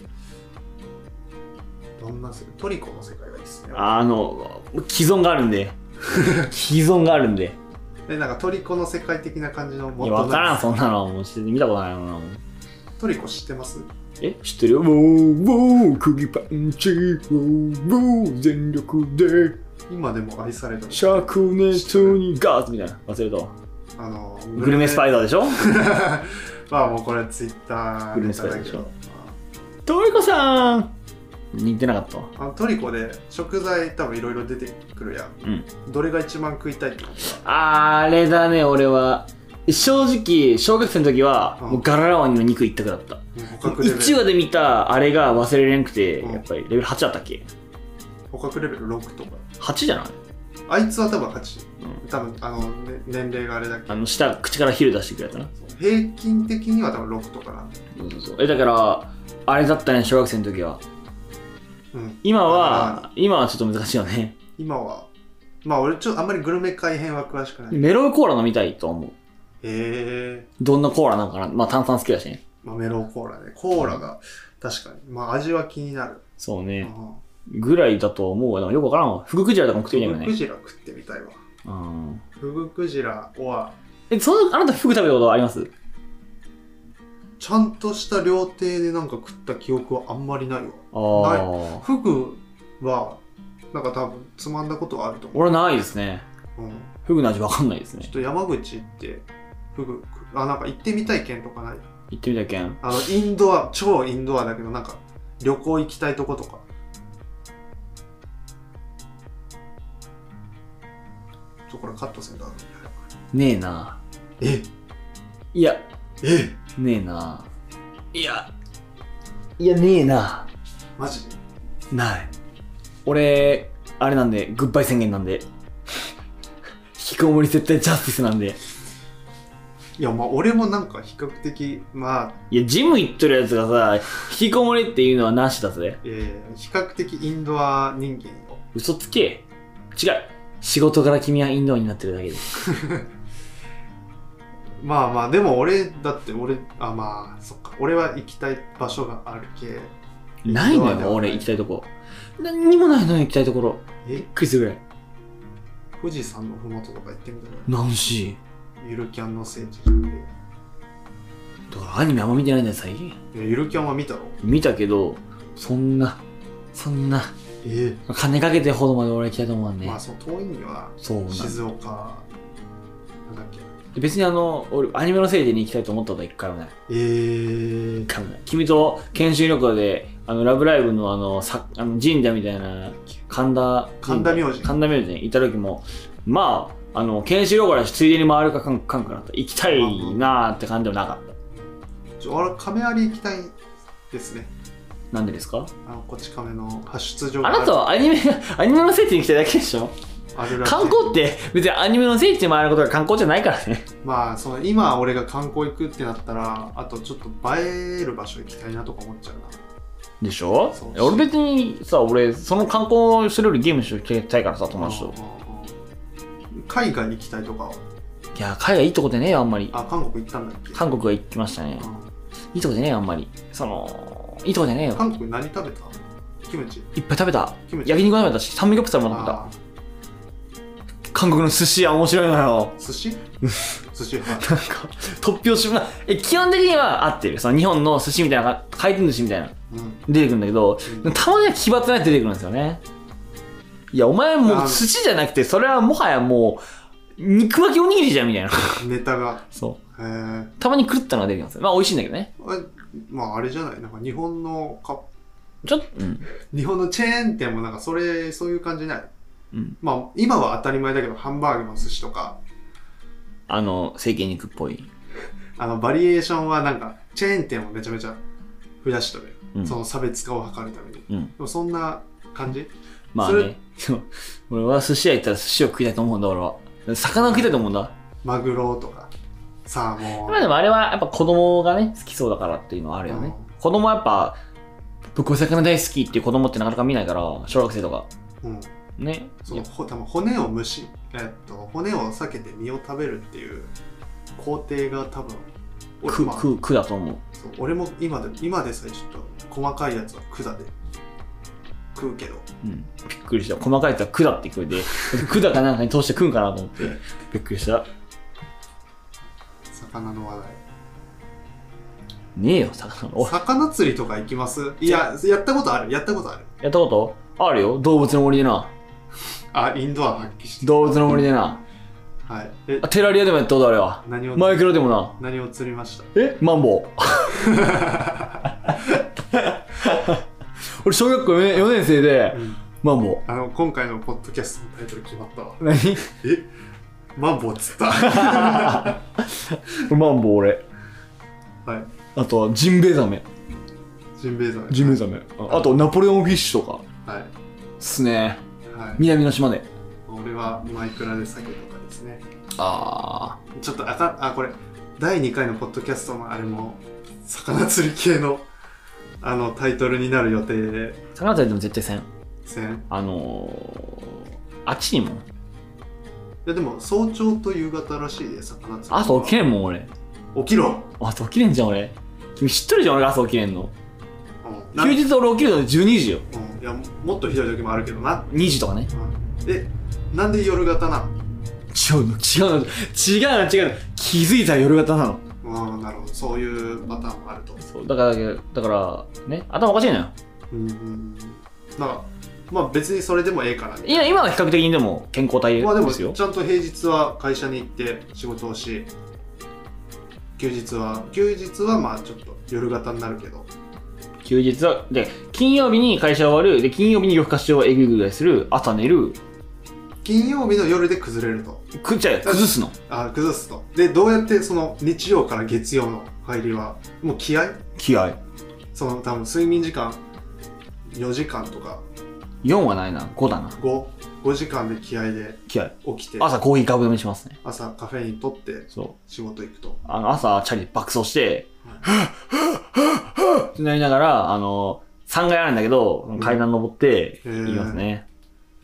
Speaker 1: どんな世界トリコの世界がいいっすね
Speaker 2: あの、既存がある んで。既存があるんで。
Speaker 1: でなんかトリコの世界的な感じの
Speaker 2: い
Speaker 1: も
Speaker 2: や、
Speaker 1: っと
Speaker 2: わから、
Speaker 1: なんんか
Speaker 2: そんなの。もう見たことないもんな。
Speaker 1: トリコ知ってます
Speaker 2: え知ってるよ。ウォー、ウォー、釘パンチ、ウォー、ウォー、全力で、
Speaker 1: 今でも愛されてる
Speaker 2: 灼熱にガーッみたいな。忘れたわ。
Speaker 1: あの
Speaker 2: グルメスパイダーでしょ
Speaker 1: まあもうこれツイッター
Speaker 2: グルメスパイダーでしょ
Speaker 1: あ
Speaker 2: トリコさん似てなかったわ。
Speaker 1: あのトリコで食材多分いろいろ出てくるやん
Speaker 2: うん。
Speaker 1: どれが一番食いたいってこと
Speaker 2: あれだね、俺は。正直、小学生の時は、
Speaker 1: うん
Speaker 2: もうガララワニの肉一択だった。
Speaker 1: 捕獲レベ
Speaker 2: 1
Speaker 1: ル
Speaker 2: 話で見たあれが忘れれなくて、
Speaker 1: うん
Speaker 2: やっぱりレベル8だったっけ
Speaker 1: 捕獲レベル6とか
Speaker 2: ?8 じゃない
Speaker 1: あいつは多分8、多分あの、ね年齢があれだけ
Speaker 2: あの、下、口からヒル出してくれたな。
Speaker 1: 平均的には多分6とかな
Speaker 2: そうそうそうえ、だから、あれだったね、小学生の時は。
Speaker 1: うん
Speaker 2: 今は、今はちょっと難しいよね。
Speaker 1: 今はまあ俺ちょっとあんまりグルメ改編は詳しくない、へ
Speaker 2: メロンコーラ飲みたいと思う。
Speaker 1: え
Speaker 2: どんなコーラなんかなまあ炭酸好きだしね。
Speaker 1: まあ、メロンコーラねコーラが確かにまあ味は気になる、
Speaker 2: そ
Speaker 1: う
Speaker 2: うね。
Speaker 1: ん
Speaker 2: ぐらいだと思うわ。でもよくわからんわ。福クジラとかも食ってみ
Speaker 1: フ
Speaker 2: れば
Speaker 1: グク
Speaker 2: ね。
Speaker 1: ジラ食ってみたいわ
Speaker 2: うん。
Speaker 1: フグクジラは
Speaker 2: え、その、あなた福食べたことあります
Speaker 1: ちゃんとした料亭でなんか食った記憶はあんまりないわ
Speaker 2: ああ。
Speaker 1: フグはなんか多分つまんだことはあると思う、
Speaker 2: 俺ないですね。
Speaker 1: うん、
Speaker 2: フグの味わかんないで
Speaker 1: ち
Speaker 2: す
Speaker 1: ょっ
Speaker 2: ね。
Speaker 1: と山口行ってフグあなんか行ってみたい県とかない
Speaker 2: 行ってみたけん。
Speaker 1: あのインドア超インドアだけどなんか旅行行きたいとことかちょこれカットせんとあかんね
Speaker 2: ねえな。
Speaker 1: え
Speaker 2: いや、
Speaker 1: え
Speaker 2: ねえな。いや、いや、ねえな。
Speaker 1: マジで
Speaker 2: ない。俺、あれなんで、グッバイ宣言なんで。引きこもり絶対ジャスティスなんで。
Speaker 1: いやまあ俺もなんか比較的まあ、
Speaker 2: いや、ジム行っとるやつがさ、引きこもりっていうのはなしだぜ。
Speaker 1: えー比較的インドア人間よ
Speaker 2: 嘘つけ。違う。仕事から君はインドアになってるだけです。
Speaker 1: まあまあでも俺だって俺あまあそっか俺は行きたい場所がある系
Speaker 2: ないの
Speaker 1: インドアではな
Speaker 2: よ、
Speaker 1: い
Speaker 2: 俺行きたいとこ。何にもないのよ、行きたいところ。
Speaker 1: え
Speaker 2: クイズぐらい。
Speaker 1: 富士山のふもととか行ってみたら
Speaker 2: なんし。
Speaker 1: ゆるキャンの聖地なんでい
Speaker 2: だからアニメあんま見てないんだよ、最近。
Speaker 1: やゆるキャンは見たろ
Speaker 2: 見たけど、そんな、そんな、
Speaker 1: え
Speaker 2: 金かけてほどまで俺は行きたいと思わん
Speaker 1: え
Speaker 2: ね。
Speaker 1: まあその遠いには
Speaker 2: そうなん
Speaker 1: 静岡なんだっけ
Speaker 2: 別にあの、俺、アニメのせいでに行きたいと思ったことは一回もない。
Speaker 1: えー
Speaker 2: 一、回もない。君と研修旅行で、あの、ラブライブのあの、さあの神社みたいな、神田、
Speaker 1: 神田明神
Speaker 2: 神田明神行った時も、まあ、あの、研修旅行だし、ついでに回るかかんかんかなった。行きたいなーって感じではなかった。
Speaker 1: ちょ俺亀有行きたいですね
Speaker 2: なんでですか
Speaker 1: あのこっち亀の発出場が
Speaker 2: あなたはアニメ、アニメの聖地に行きたいだけでしょ
Speaker 1: あるらしい
Speaker 2: 観光って別にアニメの聖地に回ることが観光じゃないからね。
Speaker 1: まあその今俺が観光行くってなったらあとちょっと映える場所行きたいなとか思っちゃうな
Speaker 2: でしょ
Speaker 1: そう
Speaker 2: 俺別にさ、俺、その観光するよりゲームしようとたいからさ、友達と。
Speaker 1: うんうんうん海外行きたいとか
Speaker 2: いや、海外行ったことねえよ、あんまり。
Speaker 1: あ韓国行ったんだっけ
Speaker 2: 韓国は行きましたね。
Speaker 1: う
Speaker 2: いいとこじゃねえよ、あんまり。その、いいとこじゃねえ
Speaker 1: ん
Speaker 2: よ。
Speaker 1: 韓国何食べたキムチ
Speaker 2: いっぱい食べた。
Speaker 1: キムチ
Speaker 2: 焼肉鍋だし、酸味カプセルも食べた。
Speaker 1: あ
Speaker 2: 韓国の寿司は面白いのよ。
Speaker 1: ー寿司 寿司はい
Speaker 2: なんか、突拍子もない。え、基本的には合ってる。その日本の寿司みたいな、回転寿司みたいな。
Speaker 1: うん
Speaker 2: 出てくるんだけど、
Speaker 1: うん
Speaker 2: たまには奇抜なやつ出てくるんですよねいやお前も
Speaker 1: あ
Speaker 2: う寿司じゃなくてそれはもはやもう肉巻きおにぎりじゃんみたいな
Speaker 1: ネタが
Speaker 2: そう
Speaker 1: へえ
Speaker 2: たまに狂ったのが出てきますまあ美味しいんだけどね
Speaker 1: あまああれじゃないなんか日本のか
Speaker 2: ちょっとうん、
Speaker 1: 日本のチェーン店もなんかそれそういう感じない
Speaker 2: うん、
Speaker 1: まあ今は当たり前だけどハンバーグの寿司とか
Speaker 2: あの成形肉っぽい、
Speaker 1: あのバリエーションはなんかチェーン店をめちゃめちゃ増やしとる、
Speaker 2: うん、
Speaker 1: その差別化を図るためにで
Speaker 2: うん、
Speaker 1: もそんな感じ
Speaker 2: まあねでも俺は寿司屋行ったら寿司を食いたいと思うんだ俺は魚を食いたいと思うんだ
Speaker 1: マグロとかサーモン
Speaker 2: まあでもあれはやっぱ子供がね好きそうだからっていうのはあるよね、子供はやっぱ僕お魚大好きっていう子供ってなかなか見ないから小学生とか
Speaker 1: うん、
Speaker 2: ね
Speaker 1: そのほ多分骨を蒸し、えっと、骨を避けて身を食べるっていう工程が多分俺,、
Speaker 2: く
Speaker 1: まあ
Speaker 2: くくだと思う
Speaker 1: そう俺も今で今でさえちょっと細かいやつは管で食うけど
Speaker 2: うん、びっくりした。細かいやつは管って聞こえて、管かなんかに通して食うんかなと思って、びっくりした。
Speaker 1: 魚の話題
Speaker 2: ねえよ、魚。お
Speaker 1: 魚釣りとか行きますいややったことあるやったことある
Speaker 2: やったことあるよ。動物の森でな。
Speaker 1: あインドア発揮して
Speaker 2: 動物の森でな。
Speaker 1: はいえ
Speaker 2: あテラリアでもやったことあるわ。
Speaker 1: 何を
Speaker 2: マイクロでもな。
Speaker 1: 何を釣りました
Speaker 2: えマンボウ。 俺、小学校 4, 年4年生で、マンボ
Speaker 1: あの今回のポッドキャストのタイトル決まったわ
Speaker 2: ウ。何
Speaker 1: えマンボウっつ った。は
Speaker 2: マンボウ俺。
Speaker 1: い。
Speaker 2: あとはジンベエザメ。
Speaker 1: ジンベエザメ。
Speaker 2: ジンベエザメ。ああとナポレオンフィッシュとか。
Speaker 1: はい。
Speaker 2: っすね。
Speaker 1: はい。
Speaker 2: 南の島で。
Speaker 1: 俺はマイクラで酒とかですね。
Speaker 2: あ
Speaker 1: ちょっとあか、あ、これ、第2回のポッドキャストのあれも、魚釣り系の、あの、タイトルになる予定
Speaker 2: あ。魚釣りでも絶対せん。
Speaker 1: せん。
Speaker 2: あのー、あっちにも。
Speaker 1: いや、でも、早朝と夕方らしいで、魚釣り。
Speaker 2: 朝起きれんもん俺。
Speaker 1: 起きろ
Speaker 2: 朝起きれんじゃん俺。君知っとるじゃん俺が朝起きれんの。
Speaker 1: うんな
Speaker 2: 休日俺起きるの12時よ。
Speaker 1: うんいや、もっとひどい時もあるけどな。
Speaker 2: 2時とかね。
Speaker 1: うんえ、なんで夜型な
Speaker 2: 違うの違うの違うの違うの気づいたら夜型なの
Speaker 1: のうん、なるほど。そういうパターンもあると。
Speaker 2: そうだからだからね頭おかしいのよ
Speaker 1: うんうんうん。なんか、まあ別にそれでもええからね。
Speaker 2: いや今は比較的にでも健康体
Speaker 1: まあでも
Speaker 2: です
Speaker 1: ちゃ
Speaker 2: よ
Speaker 1: んと平日は会社に行って仕事をし休日は休日はまあちょっと夜型になるけど
Speaker 2: 休日はで金曜日に会社終わるで金曜日に夜更かしをえぐいぐらいする朝寝る
Speaker 1: 金曜日の夜で崩れると
Speaker 2: くっちゃう崩すの
Speaker 1: あ崩すとでどうやってその日曜から月曜の入りはもう気合
Speaker 2: 気合
Speaker 1: その多分睡眠時間4時間とか
Speaker 2: 4はないな5だな
Speaker 1: 55時間で気合で
Speaker 2: 気合
Speaker 1: 起きて
Speaker 2: 朝コーヒーかぶ飲みしますね
Speaker 1: 朝カフェイン取って
Speaker 2: そう
Speaker 1: 仕事行くと
Speaker 2: あの朝チャリ爆走してってなりながらあの3階あるんだけど階段登って
Speaker 1: うん
Speaker 2: 行きますね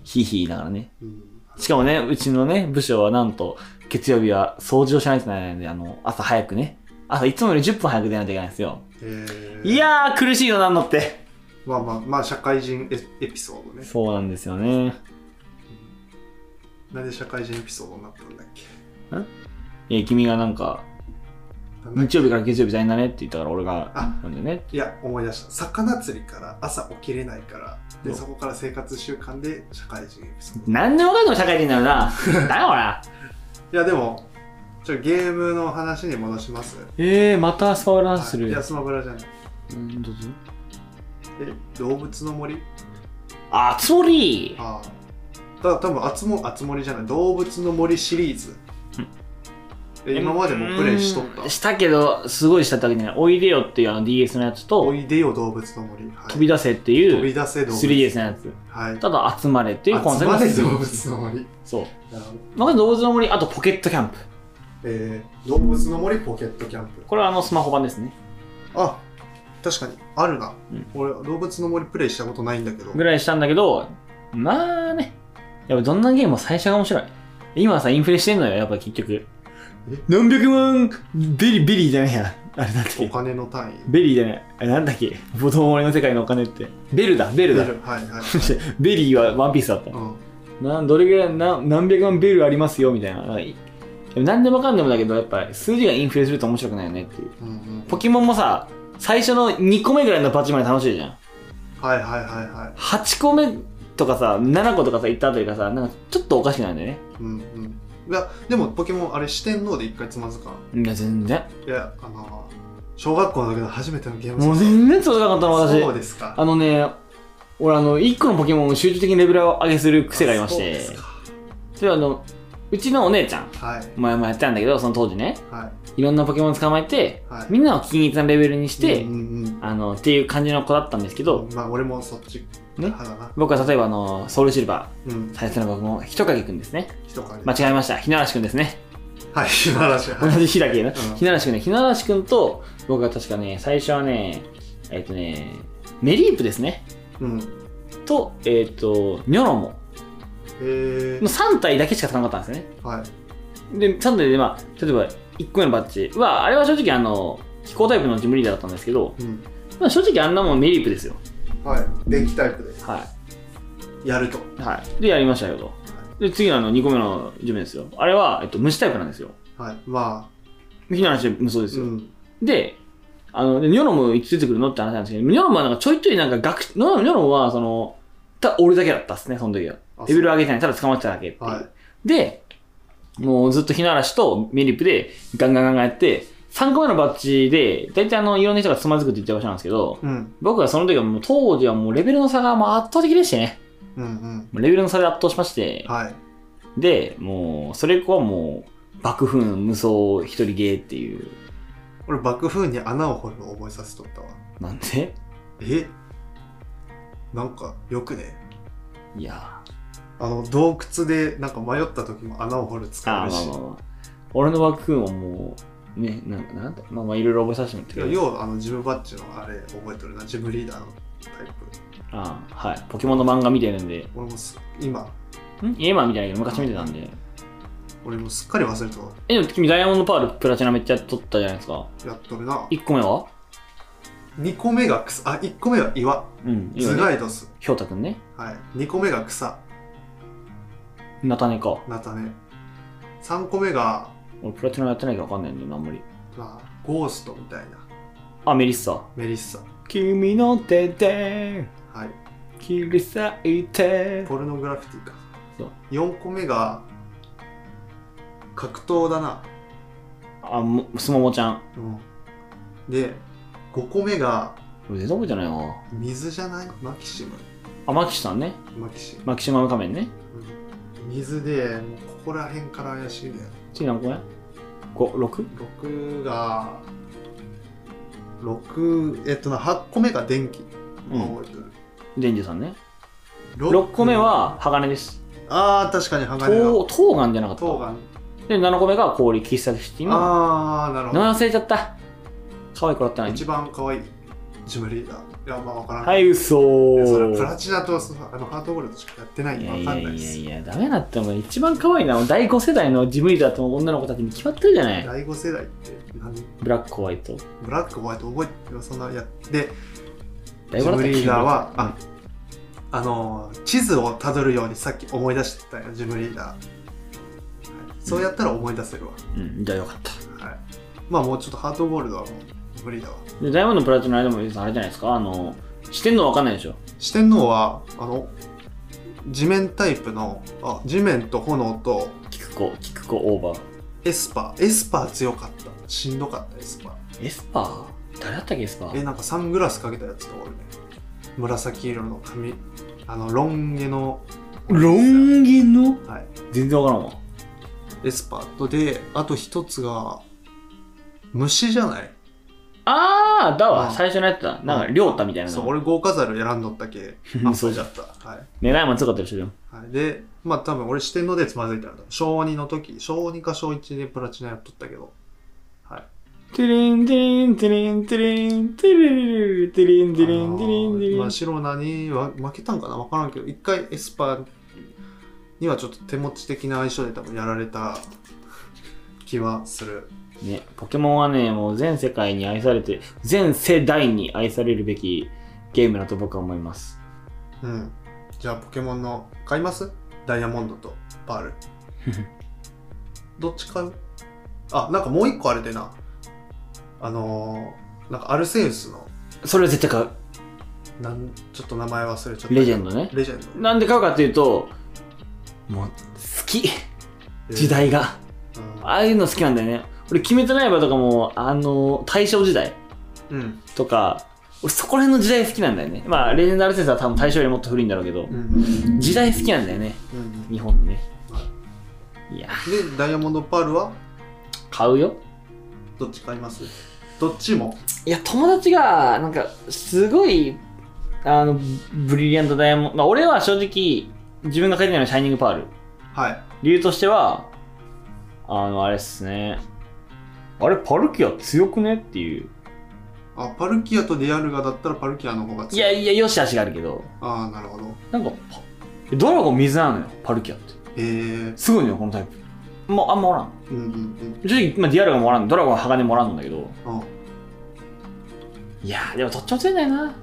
Speaker 2: ヒーヒー言いながらね
Speaker 1: うん
Speaker 2: しかもね、うちのね、部署はなんと、月曜日は掃除をしないといけないので、あの、朝早くね。朝いつもより10分早く出ないといけないんですよ。
Speaker 1: えー
Speaker 2: いやー、苦しいよ、なんのって。
Speaker 1: まあまあまあ社会人エエピソードね
Speaker 2: そうなんですよね。
Speaker 1: なんで社会人エピソードになったんだっけ
Speaker 2: え、君がなんか、
Speaker 1: なんだっけ
Speaker 2: 日曜日から月曜日大変だねって言ったから、俺が、
Speaker 1: あ
Speaker 2: なんでね。
Speaker 1: いや思い出した魚釣りから朝起きれないからで
Speaker 2: そ
Speaker 1: そ
Speaker 2: う
Speaker 1: こから生活習慣で社会人エピソード
Speaker 2: 何でもかんでも社会人なのな。だよ、ほら。
Speaker 1: いやでもちょゲームの話に戻します
Speaker 2: えー、またスパウランす
Speaker 1: い
Speaker 2: る。
Speaker 1: やスマブラじゃない
Speaker 2: うん、どうぞ。
Speaker 1: え動物の森
Speaker 2: あつ森
Speaker 1: ああた多分あつもあつ森じゃない動物の森シリーズえ今までもプレイしとった
Speaker 2: うんしたけど、すごいしたってわけじゃない。おいでよっていうあの DS のや
Speaker 1: 「
Speaker 2: つと
Speaker 1: お、いでよ動物の森」はい
Speaker 2: 飛び出せってい
Speaker 1: 飛
Speaker 2: う
Speaker 1: び出せ動物
Speaker 2: 3DS のやつ。
Speaker 1: はい
Speaker 2: ただ集まれっていうコンセプト
Speaker 1: 集まれ動物の森
Speaker 2: そう
Speaker 1: なるほど
Speaker 2: まず動物の森あとポケットキャンプ
Speaker 1: えー、動物の森ポケットキャンプ
Speaker 2: これはあのスマホ版ですね
Speaker 1: あ確かにあるな、
Speaker 2: うん
Speaker 1: 俺動物の森プレイしたことないんだけど
Speaker 2: ぐらいしたんだけどまあねやっぱどんなゲームも最初が面白い今はさインフレしてんのよやっぱ結局
Speaker 1: え
Speaker 2: 何百万ベリベリーじゃないやあれなんだっ
Speaker 1: お
Speaker 2: け
Speaker 1: 金の単位
Speaker 2: ベリーじゃないあれなんだっけボトモリの世界のお金ってベルだベルだ
Speaker 1: はいはい、
Speaker 2: ベリーはワンピースだった
Speaker 1: うん、
Speaker 2: なんどれぐらいな何百万ベルありますよみたいななんかいでも何でもかんでもだけどやっぱ数字がインフレすると面白くないよねっていう
Speaker 1: うんうん
Speaker 2: ポケモンもさ、最初の2個目ぐらいのパチまで楽しいじゃん。
Speaker 1: はいはいはいは
Speaker 2: 8個目とかさ、7個とかさ、行ったあたりがさ、なんかちょっとおかしくなるんだよね。
Speaker 1: いうんうんいやでもポケモンあれ四天王で一回つまずかん
Speaker 2: いや、全然。
Speaker 1: いやあの小学校の時の初めてのゲーム
Speaker 2: もう全然届かなかったの、
Speaker 1: そう
Speaker 2: 私。
Speaker 1: ですか
Speaker 2: あのね、俺あの、1個のポケモンを集中的にレベル上げする癖がありまし
Speaker 1: そう
Speaker 2: て
Speaker 1: で。
Speaker 2: それはあの、うちのお姉ちゃん、
Speaker 1: すかはい
Speaker 2: 前もやってたんだけど、その当時ね、
Speaker 1: はい
Speaker 2: ろんなポケモン捕まえて、
Speaker 1: はい
Speaker 2: みんなを均一なレベルにして、
Speaker 1: うんうん
Speaker 2: あの、っていう感じの子だったんです
Speaker 1: う
Speaker 2: け
Speaker 1: ん
Speaker 2: ど、
Speaker 1: まあ俺もそっち
Speaker 2: ね
Speaker 1: 派だな、
Speaker 2: 僕は例えばあの、ソウルシルバ
Speaker 1: うん
Speaker 2: ー、最初の僕も、ひとかげくんですね。
Speaker 1: 一か
Speaker 2: 間違えました。ひならしくんですね。
Speaker 1: はい素晴らしい
Speaker 2: 同
Speaker 1: はい
Speaker 2: じ日だけな。
Speaker 1: ん
Speaker 2: ひならしくんね。ひならしくんと、僕は確かね、最初はね、えっ、とね、メリープですね。
Speaker 1: うん
Speaker 2: と、えっ、と、ニョロモ。
Speaker 1: え
Speaker 2: の3体だけしか使わなかったんですね。
Speaker 1: ー、はい
Speaker 2: で、3体で、まあ、例えば、1個目のバッジは、あれは正直あの、飛行タイプのジムリーダーだったんですけど、
Speaker 1: うん
Speaker 2: まあ、正直あんなもんメリープですよ。
Speaker 1: はい電気タイプで
Speaker 2: は
Speaker 1: やると
Speaker 2: い。はい。で、やりましたよと。で、次のあの、2個目のジムですよ。あれは、えっと、虫タイプなんですよ。
Speaker 1: はいま
Speaker 2: ひならし無双で
Speaker 1: あ
Speaker 2: すよ。
Speaker 1: ん
Speaker 2: で、あの、でニョロムいつ出てくるのって話なんですけど、ニョロムはなんかちょいちょいなんか学、ニョロムニョロムはその、た俺だけだったっすね、その時は。
Speaker 1: あ
Speaker 2: レベル上げてない、ただ捕まってただけっていう。
Speaker 1: は
Speaker 2: で、もうずっと火の嵐とメリップでガンガンガンガンやって、3個目のバッジで、大体あの、いろんな人がつまずくって言ってる場所なんですけど、
Speaker 1: いうん
Speaker 2: 僕はその時はもう当時はもうレベルの差がもう圧倒的でしてね。
Speaker 1: うんうん
Speaker 2: もうレベルの差で圧倒しまして、
Speaker 1: はい
Speaker 2: で、もう、それ以降はもう、爆風無双一人芸っていう。
Speaker 1: 俺、爆風に穴を掘るのを覚えさせとったわ。
Speaker 2: なんで
Speaker 1: えなんか、よくね。
Speaker 2: いや
Speaker 1: あの、洞窟で、なんか迷った時も穴を掘る
Speaker 2: ー、
Speaker 1: 使
Speaker 2: あ
Speaker 1: う
Speaker 2: ーまあ
Speaker 1: し
Speaker 2: ま。あまあ。俺の爆風はもう、ね、なんなんだまあまあいろいろ覚えさせてもらって
Speaker 1: いや要は、あの、ジムバッジのあれ覚えてるな。ジムリーダーのタイプ。
Speaker 2: ああ、はい。ポケモンの漫画見てるんで、
Speaker 1: 俺もす、今、
Speaker 2: ん今みたいなけど昔見てたんで。
Speaker 1: 俺もすっかり忘れと
Speaker 2: え、でも君ダイヤモンドパールプラチナめっちゃ取ったじゃないですか。
Speaker 1: やっとるな。
Speaker 2: 1個目は
Speaker 1: 2個目が草、あ、1個目は岩。
Speaker 2: うん。
Speaker 1: ズガイドス。
Speaker 2: ひょうたくんね。
Speaker 1: はい。2個目が草。
Speaker 2: なたねか。
Speaker 1: 菜種。3個目が、
Speaker 2: 俺プラチナやってないからわかんないんだよな、あんまり。
Speaker 1: まあ、ゴーストみたいな。
Speaker 2: あ、メリッサ。
Speaker 1: メリッサ。
Speaker 2: 君の手で
Speaker 1: はい。
Speaker 2: 切り裂いて。
Speaker 1: ポルノグラフィティか。
Speaker 2: そう
Speaker 1: 4個目が、格闘だな。
Speaker 2: あ、もすももちゃん。
Speaker 1: うん。で、5個目が、
Speaker 2: 俺全然覚えてないわ。
Speaker 1: 水じゃないマキシム。
Speaker 2: あ、マキシさんね。
Speaker 1: マキシム。
Speaker 2: マキシマム仮面ね。
Speaker 1: うん水で、もうここら辺から怪しいね。
Speaker 2: 次何個目 ?5、6?
Speaker 1: 6が、6、えっとな、8個目が電気。
Speaker 2: うん。
Speaker 1: 覚えてる。
Speaker 2: デンジさんね。
Speaker 1: 六
Speaker 2: 6個目、は鋼です。
Speaker 1: ああ、確かに鋼が。
Speaker 2: とうトーガンじゃなかった。
Speaker 1: トーガン。
Speaker 2: で、7個目が氷、喫茶シティの。
Speaker 1: ああ、なるほど。
Speaker 2: 名前忘れちゃった。可愛い子だったのに
Speaker 1: 一。番可愛いジムリーダー。いや、まあわからん。
Speaker 2: はい、嘘
Speaker 1: いやそれプ
Speaker 2: ー
Speaker 1: ラ。チナとそのあのハートゴールドしかやってないん
Speaker 2: い
Speaker 1: で
Speaker 2: や
Speaker 1: わ
Speaker 2: い
Speaker 1: か
Speaker 2: や
Speaker 1: んないで
Speaker 2: いや
Speaker 1: す。
Speaker 2: いや、ダメだって、もう一番可愛いな。第5世代のジムリーダーって女の子たちに決まってるじゃない。
Speaker 1: 第5世代って何
Speaker 2: ブラック、ホワイト。
Speaker 1: ブラックホワイト覚えてるそんなやで
Speaker 2: 第
Speaker 1: ジ
Speaker 2: 5だっ
Speaker 1: ム
Speaker 2: たっけ
Speaker 1: リーダーはああのー地図をたどるようにさっき思い出してたよジムリーダー、はいそうやったら思い出せるわ、
Speaker 2: うん、じゃあよかった。
Speaker 1: はい、まあもうちょっとハートゴールドはもうジムリーダーは
Speaker 2: で、ダイヤモンドプラチナでも、あれじゃないですか、あの、してんのわかんないでしょ。
Speaker 1: 四天王はあの地面タイプのあ地面と炎と
Speaker 2: キクコ、キクコオーバー。
Speaker 1: エスパーエスパー強かったしんどかったエスパー
Speaker 2: エスパー誰だったっけ、エスパ
Speaker 1: え
Speaker 2: ー。
Speaker 1: なんかサングラスかけたやつがおるね紫色の髪あのロン毛の
Speaker 2: ロン毛の
Speaker 1: はい
Speaker 2: 全然わからんわ。
Speaker 1: エスパーとであと一つが虫じゃない
Speaker 2: あー、だわ、
Speaker 1: うん
Speaker 2: 最初のやつだ。なんか、りょうたみたいなの。
Speaker 1: そう俺豪華ザル選んどったけあ
Speaker 2: そうじゃ
Speaker 1: ったはい、
Speaker 2: 狙いも強かったでしょ、でも
Speaker 1: はい、でまあ多分俺四天王でつまずいたんだ小2の時小2か小1でプラチナやっとったけどはい
Speaker 2: テレンテレンテレンテレンテレレレテレンテレンテレンテレ
Speaker 1: ま
Speaker 2: ン
Speaker 1: あ、白菜には負けたんかな分からんけど一回エスパーにはちょっと手持ち的な相性で多分やられた気はする
Speaker 2: ね、ポケモンはね、もう全世界に愛されて、全世代に愛されるべきゲームだと僕は思います。
Speaker 1: うんじゃあポケモンの買いますダイヤモンドとパールどっち買うあなんかもう一個あれでなあのー、なんかアルセウスの
Speaker 2: それは絶対買う。
Speaker 1: なんちょっと名前忘れちゃったけど
Speaker 2: レジェンドね。
Speaker 1: レジェンド
Speaker 2: なんで買うかっていうと、もう、好き。時、代が。
Speaker 1: うん
Speaker 2: ああいうの好きなんだよね。俺、鬼滅の刃とかも、あの、大正時代
Speaker 1: うん
Speaker 2: とか、俺そこら辺の時代好きなんだよね。まあ、レジェンダルセンスは多分大正よりもっと古いんだろうけど
Speaker 1: うん、うん
Speaker 2: 時代好きなんだよね。
Speaker 1: うん
Speaker 2: 日本ね。
Speaker 1: はい
Speaker 2: や、
Speaker 1: でダイヤモンドパールは
Speaker 2: 買うよ。
Speaker 1: どっち買いますどっちも
Speaker 2: いや、友達が、なんか、すごい、あの、ブリリアントダイヤモンド、まあ、俺は正直、自分が書いてないのはシャイニングパール。
Speaker 1: はい
Speaker 2: 理由としては、あの、あれっすね。あれ、パルキア強くねっていう。
Speaker 1: あパルキアとデアルガだったらパルキアの方が
Speaker 2: い
Speaker 1: 強
Speaker 2: や
Speaker 1: い
Speaker 2: いや、よし悪しがあるけど、
Speaker 1: ああなるほど
Speaker 2: なんかパ、ドラゴン水なのよ、パルキアって。
Speaker 1: えー、
Speaker 2: すごいのよ、このタイプ。もう、あんまおらん。
Speaker 1: うんうんうん
Speaker 2: 正直、まあ、ディアルがもらん、ドラゴンは鋼もらんだけど。
Speaker 1: あ
Speaker 2: いやー、でもどっちも強いんだよな。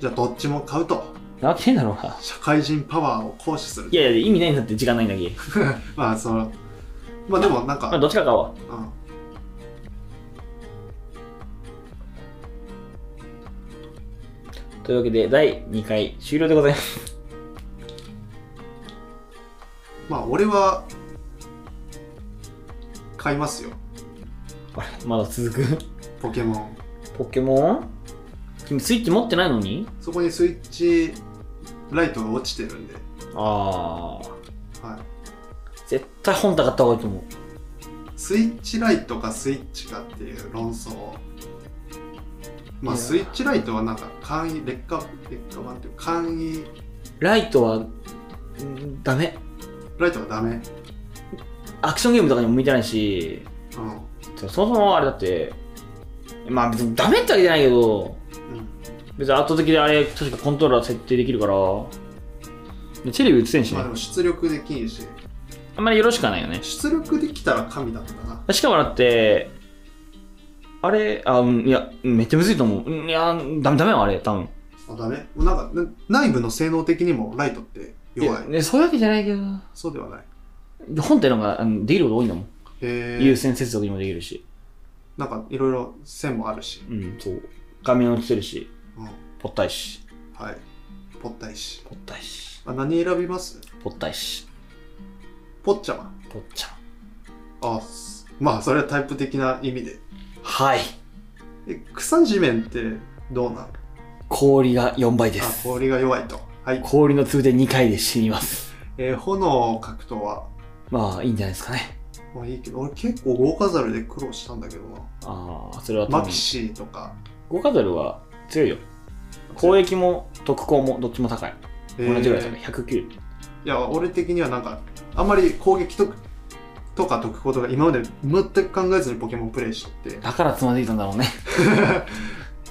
Speaker 1: じゃあどっちも買うと
Speaker 2: なわけねえだろうが。
Speaker 1: 社会人パワーを行使する
Speaker 2: いやいや、意味ないんだって時間ないんだけど。
Speaker 1: まあそのまあでもなん
Speaker 2: まあ、
Speaker 1: か、
Speaker 2: どっちか買おうわ。
Speaker 1: うん、
Speaker 2: というわけで、第2回終了でございます。
Speaker 1: まあ俺は買いますよ
Speaker 2: あれ まだ続く
Speaker 1: ポケモン
Speaker 2: ポケモン君スイッチ持ってないのに
Speaker 1: そこにスイッチライトが落ちてるんで
Speaker 2: ああ。
Speaker 1: はい
Speaker 2: 絶対本体買った方がいいと思う。
Speaker 1: スイッチライトかスイッチかっていう論争まあ
Speaker 2: いや
Speaker 1: スイッチライトはなんか簡易劣化劣化版っていうか簡易
Speaker 2: ライトは、んダメ。
Speaker 1: ライトはダメ
Speaker 2: アクションゲームとかにも向いてないし、
Speaker 1: う
Speaker 2: そもそもあれだって、まあ別にダメってわけじゃないけど、
Speaker 1: ん、うん、
Speaker 2: 別に圧倒的であれ、確かコントローラー設定できるから、でテレビ映せんしね
Speaker 1: まあで。も出力できんし
Speaker 2: あんまりよろしくはないよね。
Speaker 1: 出力できたら神だったな
Speaker 2: しかもだって、あれ、あ、うん、いや、めっちゃむずいと思ううん。いや、ダメ、ダメよ、あれ、多分。
Speaker 1: あダメなんかな内部の性能的にもライトって弱い
Speaker 2: やね、そういうわけじゃないけ
Speaker 1: そうではない
Speaker 2: ど、本体の方があのできること多いんだもん。
Speaker 1: へ
Speaker 2: 有
Speaker 1: え
Speaker 2: 線接続にもできるし。
Speaker 1: なんかいろいろ線もあるし、
Speaker 2: うん、そう。画面映せるし、
Speaker 1: うん、
Speaker 2: ぽったいし。
Speaker 1: はいぽったいし
Speaker 2: ぽったいし。
Speaker 1: あ何選びます
Speaker 2: ぽったいし。
Speaker 1: ぽっちゃま
Speaker 2: ぽっちゃん。
Speaker 1: あすまあそれはタイプ的な意味で
Speaker 2: はい。
Speaker 1: え草地面ってどうなの
Speaker 2: 氷が4倍で
Speaker 1: あ
Speaker 2: す。
Speaker 1: 氷が弱いとはい、
Speaker 2: 氷の通で2回で死にます。
Speaker 1: えー炎格闘は
Speaker 2: まあ、いいんじゃないですかね。
Speaker 1: まあいいけど俺結構豪華ザルで苦労したんだけどな
Speaker 2: ああ、それは多
Speaker 1: マ
Speaker 2: 分
Speaker 1: キ。シーとか
Speaker 2: ゴカザルは強いよ。攻撃も特攻もどっちも高い。同じぐらい
Speaker 1: えー
Speaker 2: ですか、109。
Speaker 1: いや俺的にはなんかあんまり攻撃ととか解くことが今まで全く考えずにポケモンプレイして て
Speaker 2: だからつまずいたんだろうね。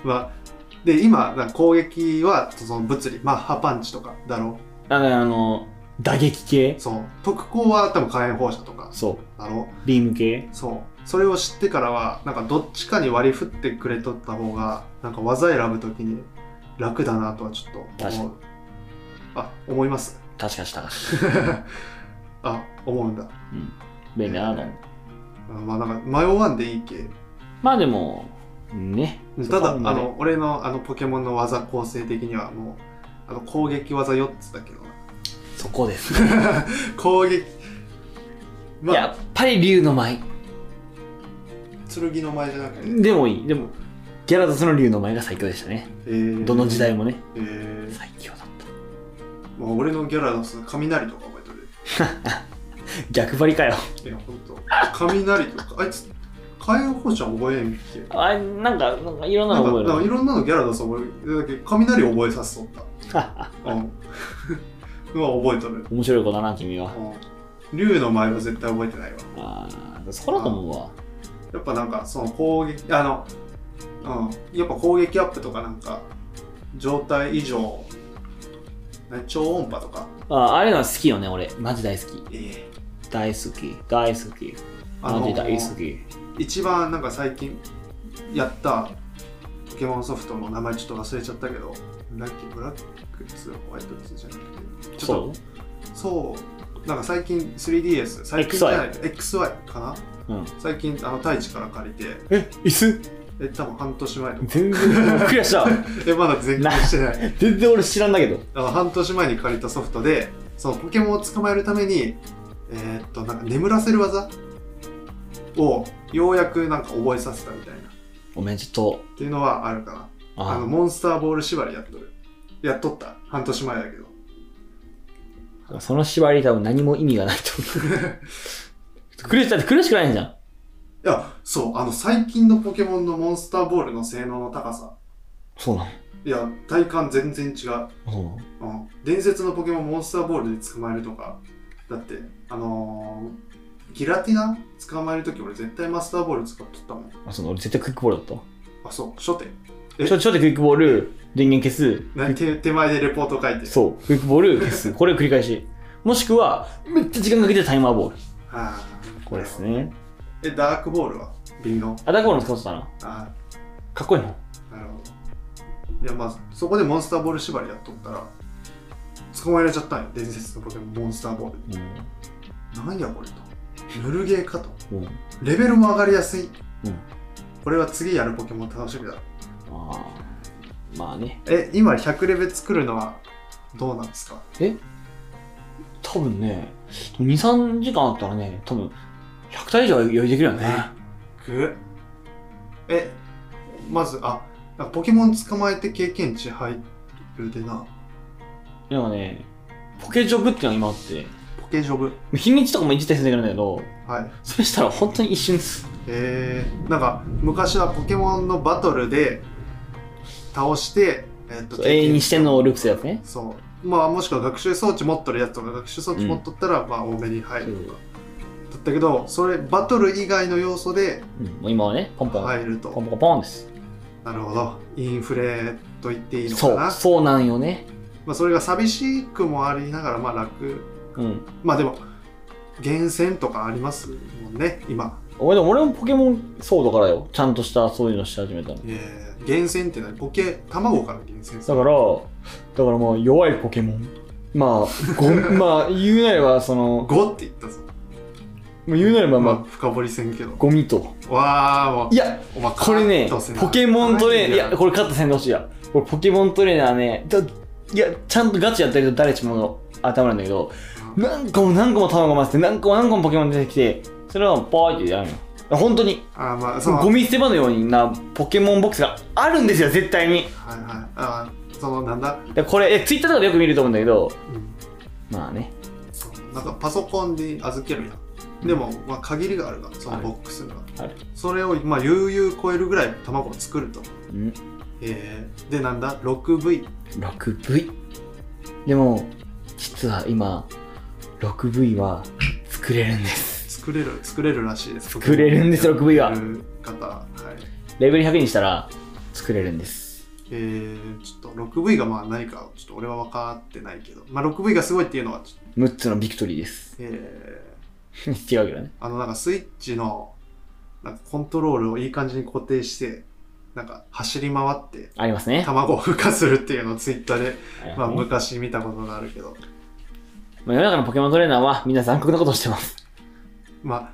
Speaker 1: まあで今なんか攻撃はその物理マッハパンチとかだろ
Speaker 2: あの、あの打撃系
Speaker 1: うそう特攻は多分火炎放射とか
Speaker 2: そう。
Speaker 1: だろ
Speaker 2: ビーム系
Speaker 1: うそうそれを知ってからはなんかどっちかに割り振ってくれとった方がなんか技選ぶ時に楽だなとはちょっと
Speaker 2: 確か
Speaker 1: 思
Speaker 2: に
Speaker 1: うあ思います
Speaker 2: 確かにしたかし。
Speaker 1: あ思うんだ
Speaker 2: うん。便利だなと思う。
Speaker 1: あまあなんか迷わんでいいけ
Speaker 2: まあでも、ね。
Speaker 1: ただあ
Speaker 2: そこまで
Speaker 1: の俺のあのポケモンの技構成的にはもうあの攻撃技4つだけどな
Speaker 2: そこです。
Speaker 1: 攻撃まあ
Speaker 2: やっぱり竜の舞。
Speaker 1: 剣の前じゃなくて、
Speaker 2: でもいい。でも、ギャラドスの竜の舞が最強でしたね。
Speaker 1: えー
Speaker 2: どの時代もね。
Speaker 1: えー
Speaker 2: 最強だった。
Speaker 1: まあ、俺のギャラドス雷とか覚えてる
Speaker 2: 逆張りかよ。
Speaker 1: いやほんと雷とかあいつ火炎放射覚えんっけ
Speaker 2: あ、なんか、なんかいろんな
Speaker 1: なん
Speaker 2: の
Speaker 1: か
Speaker 2: 覚
Speaker 1: なんか
Speaker 2: え
Speaker 1: い
Speaker 2: る。
Speaker 1: ろんなのギャラドス覚えるだけど雷覚えさせとったうん うわ覚えとる
Speaker 2: 面白い子だな、君は。
Speaker 1: うん竜の前は絶対覚えてないわ
Speaker 2: ああ、そこだと思うわ。
Speaker 1: やっぱなんかその攻撃あのうんやっぱ攻撃アップとかなんか状態異常ね超音波とか
Speaker 2: あーあれのは好きよね、俺。マジ大好き。
Speaker 1: ええ
Speaker 2: 大好き。大好き。
Speaker 1: あの
Speaker 2: マジ大好き。
Speaker 1: 一番なんか最近やったポケモンソフトの名前ちょっと忘れちゃったけどラッキーブラックツホワイトツじゃなくてちょ
Speaker 2: そ
Speaker 1: っとそうなんか最近 3DS 最近じゃない XY かな
Speaker 2: ううん。
Speaker 1: 最近あの太一から借りて
Speaker 2: え、椅子
Speaker 1: え多分半年前と か
Speaker 2: 全然、クリアした。
Speaker 1: えまだ全然してない
Speaker 2: 全然俺知らんだけど。
Speaker 1: あの半年前に借りたソフトでそのポケモンを捕まえるために、えーっとなんか眠らせる技をようやくなんか覚えさせたみたいなっ
Speaker 2: おめでと
Speaker 1: ていうのはあるかな
Speaker 2: う。
Speaker 1: あ
Speaker 2: あ
Speaker 1: の
Speaker 2: ー
Speaker 1: モンスターボール縛りやっとるやっとった半年前だけど
Speaker 2: その縛り多分何も意味がないと思 う。苦し、だって苦しくないじゃん。
Speaker 1: いやそうあの最近のポケモンのモンスターボールの性能の高さ
Speaker 2: そうなの
Speaker 1: いや体感全然違う、
Speaker 2: そうなの
Speaker 1: うん、伝説のポケモンモンスターボールで捕まえるとかだってあのーギラティナ捕まえるとき俺絶対マスターボール使っとったもん
Speaker 2: あ、その俺絶対クイックボールだっ
Speaker 1: あそう初手 え
Speaker 2: た。ちょ、ちょっとクイックボール、電源消す。
Speaker 1: な手手前でレポート書いて
Speaker 2: そう。クイックボール、消す。これを繰り返し。もしくは、めっちゃ時間かけてタイマーボール。
Speaker 1: はあ
Speaker 2: これですね。
Speaker 1: えダークボールは微妙
Speaker 2: あ、ダークボールも使ってたな。
Speaker 1: あ
Speaker 2: かっこいいの。
Speaker 1: あなるほどいやまあそこでモンスターボール縛りやっとったら捕まえられちゃったんよ伝説のポケモンモンスターボールなんやこれとぬるゲーかと
Speaker 2: うん。うん。
Speaker 1: レベルも上がりやすい、
Speaker 2: うん
Speaker 1: これは次やるポケモン楽しみだ
Speaker 2: ああ。まあね。
Speaker 1: え今100レベル作るのはどうなんですか
Speaker 2: 多分ね、2、3時間あったらね、多分、100体以上は余裕できるよね。
Speaker 1: くえまずあなんかポケモン捕まえて経験値入るでな
Speaker 2: なんかね、ポケジョブっていうのが今あって、
Speaker 1: ポ保険証部
Speaker 2: 日にちとかも一時停止できるんだけど、
Speaker 1: はい
Speaker 2: それしたら本当に一瞬 です。
Speaker 1: えー、なんか昔はポケモンのバトルで倒して、えっと
Speaker 2: 永遠にしてんのをルークするやつね。
Speaker 1: そうまあもしくは学習装置持っとるやつとか学習装置持っとったら、まあ多めに入るとかだったけどそれバトル以外の要素で
Speaker 2: うん、もう今はね、ポンポン、
Speaker 1: 入ると、
Speaker 2: ポンポンポンです。
Speaker 1: なるほどインフレと言っていいのか
Speaker 2: そ
Speaker 1: な
Speaker 2: う、そうなんよね。
Speaker 1: まあ、それが寂しくもありながらまあ楽
Speaker 2: うん。
Speaker 1: まあでも厳選とかありますもんね今、
Speaker 2: 俺でも俺もポケモンソードからよ。ちゃんとしたそういうのし始めたの。だか
Speaker 1: えー、厳選ってのはポケ卵から厳選す
Speaker 2: ら、
Speaker 1: る
Speaker 2: だからまあ弱いポケモン。まあ、 ごまあ言うなればその、
Speaker 1: 5って言ったぞ、
Speaker 2: もう言うなれば
Speaker 1: まあ、
Speaker 2: まあ、
Speaker 1: 深掘りせんけど
Speaker 2: ゴミと。
Speaker 1: わあもう
Speaker 2: いや、
Speaker 1: お前
Speaker 2: これね、ポケモントレーナー、いや、これカットせんでほしいや。これポケモントレーナーね、だいや、ちゃんとガチやってると誰しもの頭なんだけど、何個も何個も卵回して、何個も何個もポケモン出てきて、それをポーってやるの。本当に、
Speaker 1: あーまあその
Speaker 2: ゴミ捨て場のようなポケモンボックスがあるんですよ、絶対に。
Speaker 1: はいはいあーそのなんだ、
Speaker 2: でこれ、え、ツイッターとかでよく見ると思うんだけど、
Speaker 1: うん
Speaker 2: まあね。
Speaker 1: そうなんかパソコンに預けるやんでも、まあ、限りがあるがそのボックスが
Speaker 2: ある
Speaker 1: それをまあ悠々超えるぐらい卵を作ると
Speaker 2: うん、
Speaker 1: えー、でなんだ 6V
Speaker 2: 6V。でも、実は今、6V は作れるんです。
Speaker 1: 作れる作れるらしいです
Speaker 2: 作れるんです 6V は
Speaker 1: 作れる方はい
Speaker 2: レベル100にしたら作れるんです。
Speaker 1: えー、ちょっと 6V がまあ何かちょっと俺は分かってないけど、まあ、6V がすごいっていうのはちょっと
Speaker 2: 6つのビクトリー です。
Speaker 1: えー、
Speaker 2: 違うけどね。
Speaker 1: あのなんかスイッチのなんかコントロールをいい感じに固定してなんか走り回って
Speaker 2: ありますね。
Speaker 1: 卵を孵化するっていうのをツイッターで、
Speaker 2: あり
Speaker 1: まあ、
Speaker 2: ますね
Speaker 1: 昔見たことがあるけど
Speaker 2: まあ、世の中のポケモントレーナーはみんな残酷なことをしてます。
Speaker 1: まあ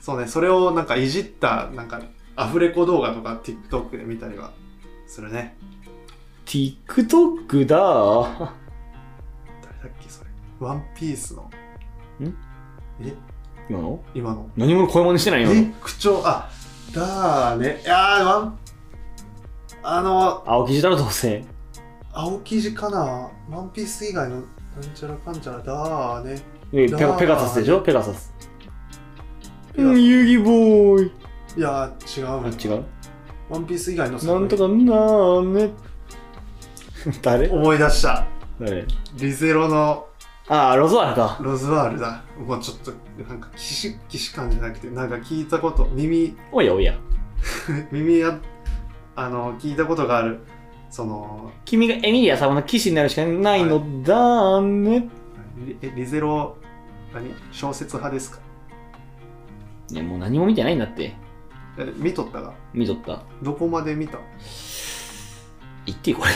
Speaker 1: そうねそれをなんかいじったなんかアフレコ動画とか TikTok で見たりはするね
Speaker 2: TikTok だ ー。
Speaker 1: 誰だっけそれワンピースのえ
Speaker 2: 今の
Speaker 1: 今の
Speaker 2: 何も声真似してない今の
Speaker 1: え口調あだーねあーワンあの
Speaker 2: 青木地太郎同性。
Speaker 1: 青生地かなワンピース以外のなんちゃらかんちゃらだーね
Speaker 2: えペ
Speaker 1: だ
Speaker 2: ガ
Speaker 1: ー
Speaker 2: ペガサスでしょペガサス。
Speaker 1: ペガサス
Speaker 2: 遊戯ボーイ。
Speaker 1: いやー違う
Speaker 2: あ、
Speaker 1: わ
Speaker 2: 違う
Speaker 1: ワンピース以外のさ
Speaker 2: なんとかなーね。 誰
Speaker 1: 思い出した
Speaker 2: 誰
Speaker 1: リゼロの
Speaker 2: あー、ロゾアルか。
Speaker 1: ロズワールだもうちょっとなんか騎士騎士感じゃなくてなんか聞いたこと耳
Speaker 2: おやおや。
Speaker 1: 耳やあの聞いたことがあるその
Speaker 2: 君がエミリア様の騎士になるしかないのだーね。
Speaker 1: リえリゼロ何小説派ですか
Speaker 2: いや、もう何も見てないんだって。
Speaker 1: え見とったが
Speaker 2: 見とった。
Speaker 1: どこまで見た
Speaker 2: 言っていいこれ。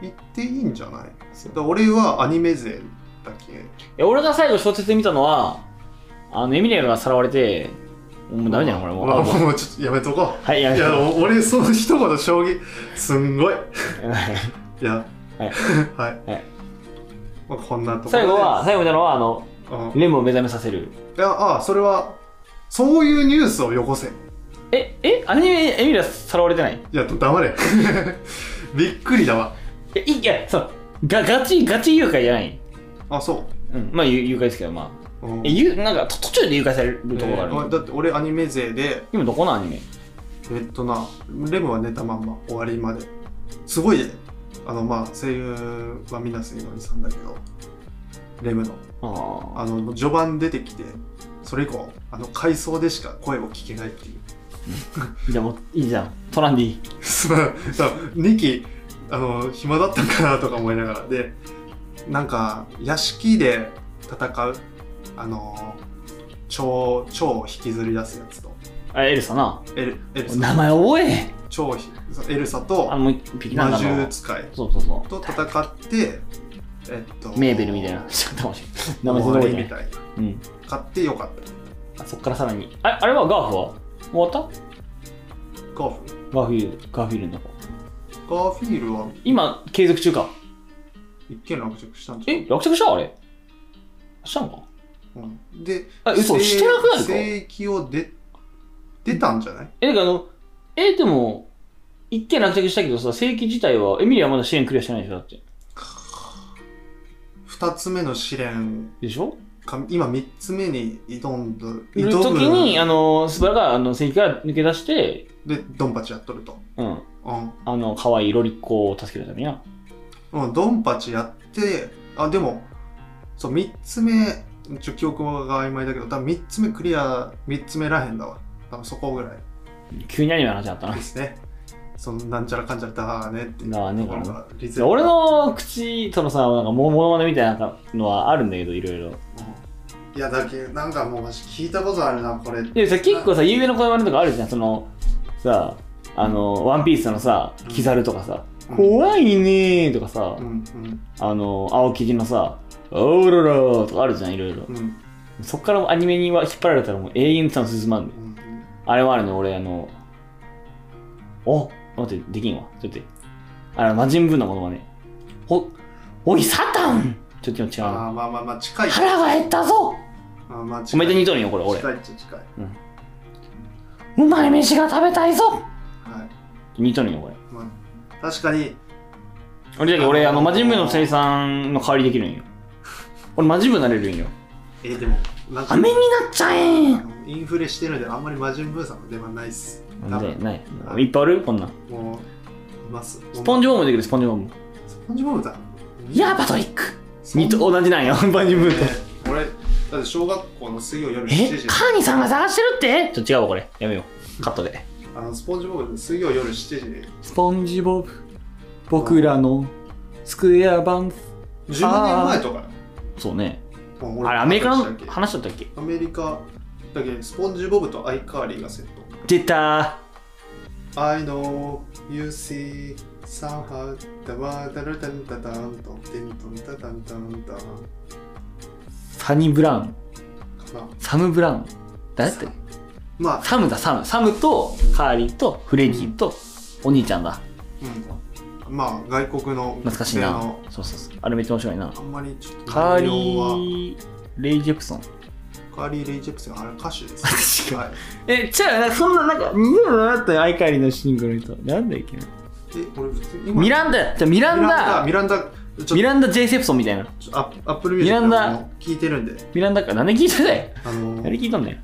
Speaker 1: 言っていいんじゃないだから俺はアニメ勢だけ
Speaker 2: え俺が最後小説で見たのはあのエミリアがさらわれてもうダメじゃんこれもう、
Speaker 1: まあ もうちょっとやめとこ
Speaker 2: はいや
Speaker 1: う
Speaker 2: め
Speaker 1: い
Speaker 2: て
Speaker 1: やお俺その一言将棋すんごいいや、
Speaker 2: はい
Speaker 1: はい。
Speaker 2: はい
Speaker 1: まあ、こんなところで
Speaker 2: 最後は、最後見たのはあの
Speaker 1: うん、い
Speaker 2: レムを目覚めさせる
Speaker 1: やああ、それは、そういうニュースをよこせ。い
Speaker 2: ええアニメエミリアさらわれてない
Speaker 1: や、黙れ。 びっくりだわ。
Speaker 2: えいいやそうがガチガチ誘拐じゃない
Speaker 1: あ、そ
Speaker 2: うんまあゆ誘拐ですけどまあ
Speaker 1: う。うん
Speaker 2: えゆなんかと途中で誘拐されるところがある、
Speaker 1: えーだって俺アニメ勢で、
Speaker 2: 今どこのアニメ
Speaker 1: えっとな、レムは寝たまんま終わりまで。すごいね。あの、まあ、声優は水瀬いのりさんだけど、レムの。
Speaker 2: ああ
Speaker 1: あの、序盤出てきて、それ以降、あの、回想でしか声を聞けないっていう。
Speaker 2: じゃあもういいじゃんトランディ
Speaker 1: そう2期あの暇だったんかなとか思いながらでなんか屋敷で戦うあの蝶蝶を引きずり出すやつと
Speaker 2: あエルサな
Speaker 1: エルエル
Speaker 2: 名
Speaker 1: サ
Speaker 2: 前覚え
Speaker 1: 蝶をひそうエルサ
Speaker 2: あ
Speaker 1: と
Speaker 2: のもう一匹なん
Speaker 1: 魔
Speaker 2: だろ
Speaker 1: 獣
Speaker 2: う
Speaker 1: 使い
Speaker 2: そうそうそ
Speaker 1: と戦ってえっと
Speaker 2: うメーベルみたいなちょっと面白い名前全然
Speaker 1: 終わ
Speaker 2: 覚え
Speaker 1: り
Speaker 2: てない
Speaker 1: みたいな
Speaker 2: うん、
Speaker 1: 買ってよかった
Speaker 2: あそっからさらにああれはガーフは終わった
Speaker 1: ガーフ
Speaker 2: ガーフィールガーフィールの方
Speaker 1: ガーフィールは
Speaker 2: 今継続中か
Speaker 1: 一見落着したんじゃ
Speaker 2: え落着したあれしたのか
Speaker 1: ん、うん、で
Speaker 2: あ嘘
Speaker 1: 聖
Speaker 2: してなくなるか
Speaker 1: 聖域を出出たんじゃない
Speaker 2: えだからあのえでも一件落着したけどさ正規自体はエミリアはまだ支援クリアしてないでしょだって
Speaker 1: 二つ目の試練
Speaker 2: でしょ
Speaker 1: か今3つ目に挑んぶ
Speaker 2: いる時に、あ
Speaker 1: 挑
Speaker 2: の、スバルが、あの、正義から抜け出して、
Speaker 1: むでドンパチやっとると、
Speaker 2: うん。
Speaker 1: うん
Speaker 2: あの、可愛いロリッコを助けるためにな。
Speaker 1: うん、ドンパチやってあでもそう3つ目ちょ記憶が曖昧だけど多分3つ目クリア3つ目らへんだわ多分そこぐらい
Speaker 2: 急にアニメの話になったな
Speaker 1: で。す ねそのなんちゃらかんちゃらだーねっていう
Speaker 2: だーね
Speaker 1: ところがリ
Speaker 2: いや俺の口とのさ、なんかも、ものまねみたいなのはあるんだけど、いろいろ。
Speaker 1: うんいやだけどなんかもうマジ聞いたことあるなこれ
Speaker 2: でさ、結構さ、有名な声真似とかあるじゃん。その、さ、あの、ワンピースのさ、キザルとかさ、
Speaker 1: うん
Speaker 2: 怖いねーとかさ
Speaker 1: う、んうん
Speaker 2: あの、青生地のさ、オーロローとかあるじゃん、いろいろ。
Speaker 1: うんうん
Speaker 2: そっからアニメには引っ張られたらもう永遠にさ、進まんね
Speaker 1: うん
Speaker 2: あれはあるの、俺、あの、お待って、できんわ。ちょっと待って。あの、魔人ブーのものまね。お、おい、サタンちょっと今違うな。
Speaker 1: あーまあまあまあ近い
Speaker 2: 腹が減ったぞ
Speaker 1: あーまあ
Speaker 2: お
Speaker 1: 近
Speaker 2: め
Speaker 1: い
Speaker 2: でにとるんよ、これ、俺。
Speaker 1: 近いっちゃ近いう
Speaker 2: まい飯が食べたいぞ
Speaker 1: はい
Speaker 2: 似とるんよ、これ。
Speaker 1: まあ確かに
Speaker 2: 俺だけど俺、あの、魔人ブーの生産の代わりできるんよ。俺、魔人ブーなれるんよ。
Speaker 1: えーでもなんか
Speaker 2: 雨になっちゃえん
Speaker 1: インフレしてるんであんまり魔人ブーさんの出番ないっす
Speaker 2: な
Speaker 1: 多
Speaker 2: んで、
Speaker 1: 分
Speaker 2: ない。いっぱいあるこんなん。
Speaker 1: もういます
Speaker 2: スポンジボブもできる、スポンジボブも。
Speaker 1: スポンジボブだ
Speaker 2: やあ、パトリック似と
Speaker 1: そん
Speaker 2: 同じなんよ、 魔人ブーと。
Speaker 1: えー俺だって小学校の水曜夜7
Speaker 2: え
Speaker 1: 時
Speaker 2: カーニさんが探してるってちょっと違うわこれやめようカットで
Speaker 1: あのスポンジボブで水曜夜7時
Speaker 2: スポンジボブ
Speaker 1: 僕ら
Speaker 2: のスクエア版
Speaker 1: 10年前とかよ
Speaker 2: そうね
Speaker 1: もう俺
Speaker 2: あれアメリカ
Speaker 1: だっ
Speaker 2: の
Speaker 1: け
Speaker 2: 話だったっけ
Speaker 1: アメリカだけスポンジボブとアイカーリーがセット
Speaker 2: 出た
Speaker 1: I know you see somehow the world タルタンタタンとテントンタタンタンタン
Speaker 2: サニブラウン
Speaker 1: かな
Speaker 2: サム・ブラウン誰だっ
Speaker 1: さ
Speaker 2: て
Speaker 1: まあ、
Speaker 2: サムだサムサムとカーリーとフレディとお兄ちゃんだ
Speaker 1: うん、まあ外国の
Speaker 2: 懐かしいな
Speaker 1: あの
Speaker 2: そうそうそうあれめっちゃ面白いな
Speaker 1: あんまりちょっと
Speaker 2: カーリ
Speaker 1: 内容は
Speaker 2: ーレイ・ジェプソン
Speaker 1: カーリー・レイ・ジェプセンあれ歌手です、
Speaker 2: 確か
Speaker 1: はい、
Speaker 2: え違うそんななんか似てるのあったよアイカーリーのシングルの人なんだっけな
Speaker 1: え俺普通に今
Speaker 2: ミランダじゃあミランダ
Speaker 1: ミランダミランダちょ
Speaker 2: ミ
Speaker 1: っ
Speaker 2: ランダ・ジェイ・セプソンみたいな
Speaker 1: とちょっとアップアップルミュージック
Speaker 2: ミランダ
Speaker 1: 聞いてるんで
Speaker 2: ミランダか何で聞いてたよ
Speaker 1: あの
Speaker 2: 何聞いたんだよ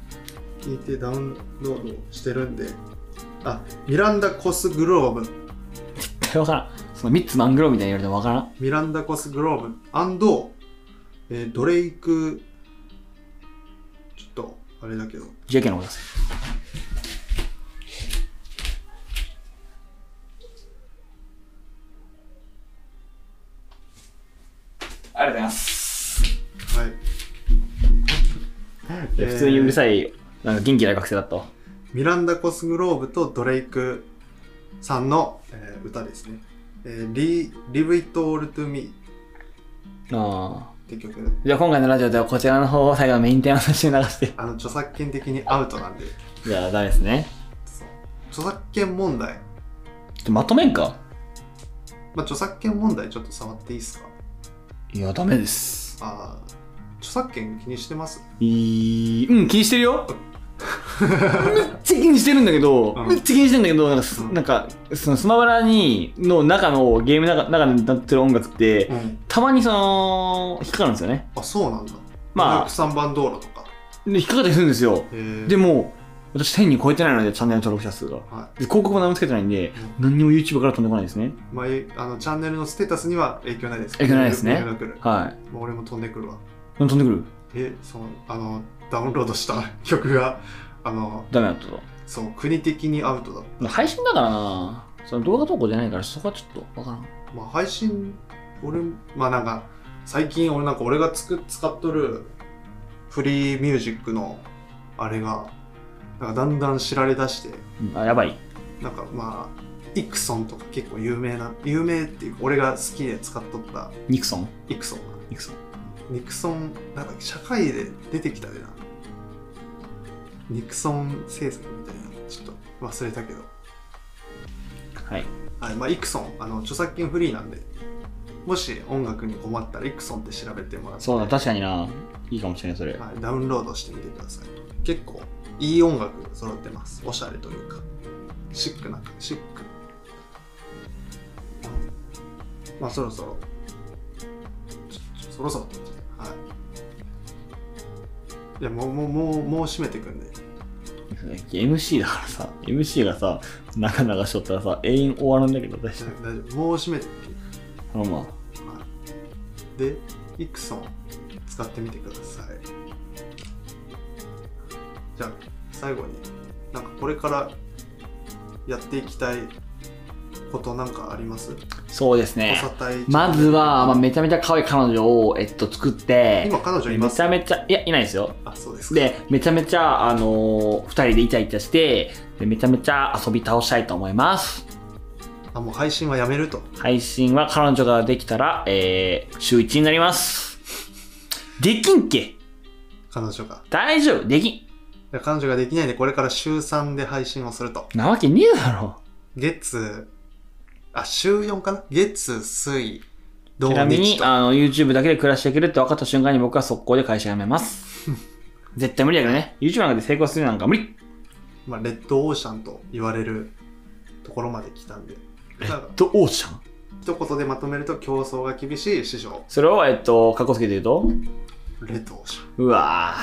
Speaker 1: 聞いてダウンロードしてるんであミランダ・コス・グローブ
Speaker 2: 絶対分からんそのミッツ・マングローみたいに言われても分からん
Speaker 1: ミランダ・コス・グローブアンド、えードレイクちょっとあれだけど
Speaker 2: JK のことですありがとうございます
Speaker 1: はいえー
Speaker 2: 普通にうるさいなんか元気な学生だったわ
Speaker 1: ミランダ・コスグローブとドレイクさんの、えー歌ですね。えー、リ Live It All to Me
Speaker 2: あ
Speaker 1: って曲。
Speaker 2: ーじゃあ今回のラジオではこちらの方を最後のメインテナンスとして流して
Speaker 1: あの、著作権的にアウトなんで、
Speaker 2: じゃあダメですね
Speaker 1: そう著作権問題、
Speaker 2: ちょまとめんか
Speaker 1: まあ、著作権問題ちょっと触っていいですか
Speaker 2: いやダメです
Speaker 1: あー著作権気にしてます
Speaker 2: いいうん気にしてるよめっちゃ気にしてるんだけど、
Speaker 1: うん
Speaker 2: めっちゃ気にしてるんだけどなんかす、
Speaker 1: うん
Speaker 2: なんかそのスマブラにの中のゲームの中中になってる音楽って、
Speaker 1: うん。
Speaker 2: たまにその引っかかるんですよね
Speaker 1: あ、そうなんだ。
Speaker 2: まあ
Speaker 1: 3番道路とか。
Speaker 2: で引っかかったりするんですよ
Speaker 1: へー
Speaker 2: でも私1000人超えてないのでチャンネル登録者数が
Speaker 1: は
Speaker 2: で広告も何もつけてないんで、何にも YouTube から飛んでこないですね
Speaker 1: い。まあ、えあの、チャンネルのステータスには影響ないです。
Speaker 2: 影響ないですね
Speaker 1: 影響が来る。
Speaker 2: はい
Speaker 1: もう俺も飛んでくるわ。
Speaker 2: 何飛んでくる
Speaker 1: え、その、あの、ダウンロードした曲が、あの、
Speaker 2: ダメだったと
Speaker 1: そう、国的にアウトだ。
Speaker 2: 配信だからなその動画投稿じゃないからそこはちょっとわからん
Speaker 1: まあ、配信、俺、まあなんか、最近俺なんか俺がつく使っとるフリーミュージックのあれが、なんかだんだん知られだして、
Speaker 2: うんあやばい
Speaker 1: なんかまあ、イクソンとか結構有名な、有名っていうか、俺が好きで使っとった
Speaker 2: ニクソン
Speaker 1: イクソン。
Speaker 2: ニクソン
Speaker 1: ニクソン、なんか社会で出てきたでな。ニクソン政策みたいな、ちょっと忘れたけど。
Speaker 2: はい
Speaker 1: はい、まあ、イクソン、あの、著作権フリーなんで、もし音楽に困ったら、イクソンって調べてもらって、
Speaker 2: そうだ、確かにな。いいかもしれない、それ。
Speaker 1: はい、ダウンロードしてみてください。結構、いい音楽揃ってます。おしゃれというか、シックな、シック。まあ、そろそろ、ちょそろそろって言っちゃうはい。いやもうもうもうもう締めてくんで
Speaker 2: MC だからさ、MC がさ、長々しとったらさ、永遠終わるんだけど、大
Speaker 1: 大
Speaker 2: 丈
Speaker 1: 丈夫もう締めてって
Speaker 2: 夫。まあま
Speaker 1: でイクソン使ってみてくださいじゃあ最後になんかこれからやっていきたいことなんかあります
Speaker 2: あ、そうです
Speaker 1: お
Speaker 2: ね
Speaker 1: さ。たい
Speaker 2: まずは、まあ、めちゃめちゃ可愛い彼女を、えっと、作って、
Speaker 1: 今彼女いま
Speaker 2: め
Speaker 1: す
Speaker 2: ちゃめちゃ、いや、いないですよ。
Speaker 1: あそうですか
Speaker 2: で、めちゃめちゃ、あのー二人でイチャイチャして、でめちゃめちゃ遊び倒したいと思います。
Speaker 1: あもう配信はやめると
Speaker 2: 配信は彼女ができたら、えー、週1になります。できんけ
Speaker 1: 彼女が
Speaker 2: 大丈夫でき
Speaker 1: いや彼女ができないんでこれから週3で配信をすると
Speaker 2: んなわけねえだろ。
Speaker 1: 月あ週4かな月水土
Speaker 2: ちなみ
Speaker 1: 日
Speaker 2: に、
Speaker 1: と
Speaker 2: あの、YouTube だけで暮らしていけるって分かった瞬間に僕は速攻で会社辞めます。 絶対無理だけどね。YouTube なんかで成功するなんか無理
Speaker 1: まあ、レッドオーシャンと言われるところまで来たんでなんか
Speaker 2: ドオーシャン
Speaker 1: 一言でまとめると競争が厳しい市場
Speaker 2: それを、えっと、かっこつけて言うと、
Speaker 1: レッドオーシャン
Speaker 2: うわ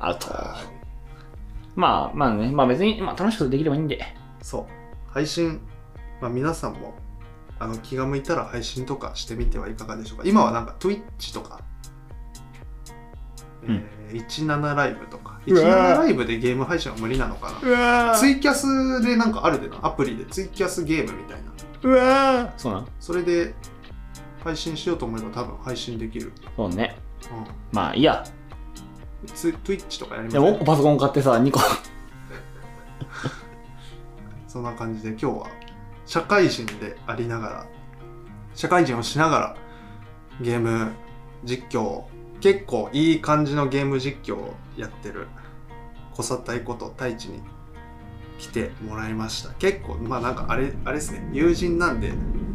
Speaker 2: ぁ、アウト。まあまあね、まあ別に、まあ楽しくできればいいんで。
Speaker 1: そう配信、まあ、皆さんもあの気が向いたら配信とかしてみてはいかがでしょうか今はなんか Twitch とか、
Speaker 2: うん
Speaker 1: えー17ライブとか
Speaker 2: うわ
Speaker 1: 17ライブでゲーム配信は無理なのか
Speaker 2: うわ
Speaker 1: なツイキャスでなんかあるでなアプリでツイキャスゲームみたいな
Speaker 2: うわそうなん
Speaker 1: それで配信しようと思えば多分配信できる、
Speaker 2: そうね。
Speaker 1: うん、
Speaker 2: まあいいや。
Speaker 1: ツ Twitch とかやりま
Speaker 2: ですもパソコン買ってさ、2個。
Speaker 1: そんな感じで今日は社会人でありながら社会人をしながらゲーム実況結構いい感じのゲーム実況をやってる小さったいこと太一に来てもらいました結構まあなんかあれあれですね友人なんで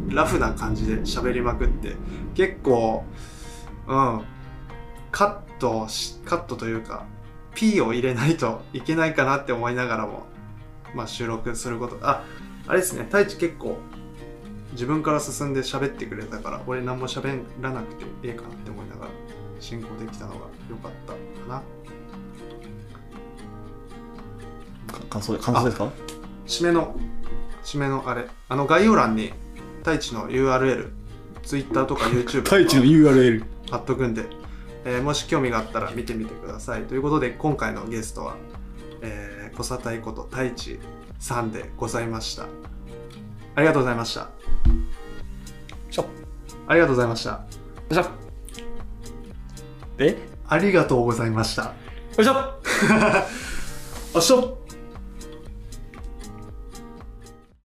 Speaker 1: ラフな感じで喋りまくって結構うんカットしカットというか P を入れないといけないかなって思いながらもまあ、収録することああれですね太一結構自分から進んで喋ってくれたから俺何も喋らなくていいかなって思いながら進行できたのが良かったかな
Speaker 2: 感想、感想ですか
Speaker 1: 締めの締めのあれあの概要欄に太一の URL Twitter とか YouTube とか
Speaker 2: URL。
Speaker 1: 貼っとくんで、えーもし興味があったら見てみてくださいということで今回のゲストは、えー、小佐太こと太一さんでございましたありがとうございました
Speaker 2: しょ。
Speaker 1: ありがとうございました
Speaker 2: よいしょ。え
Speaker 1: ありがとうございました。
Speaker 2: よいしょ。
Speaker 1: あっしょ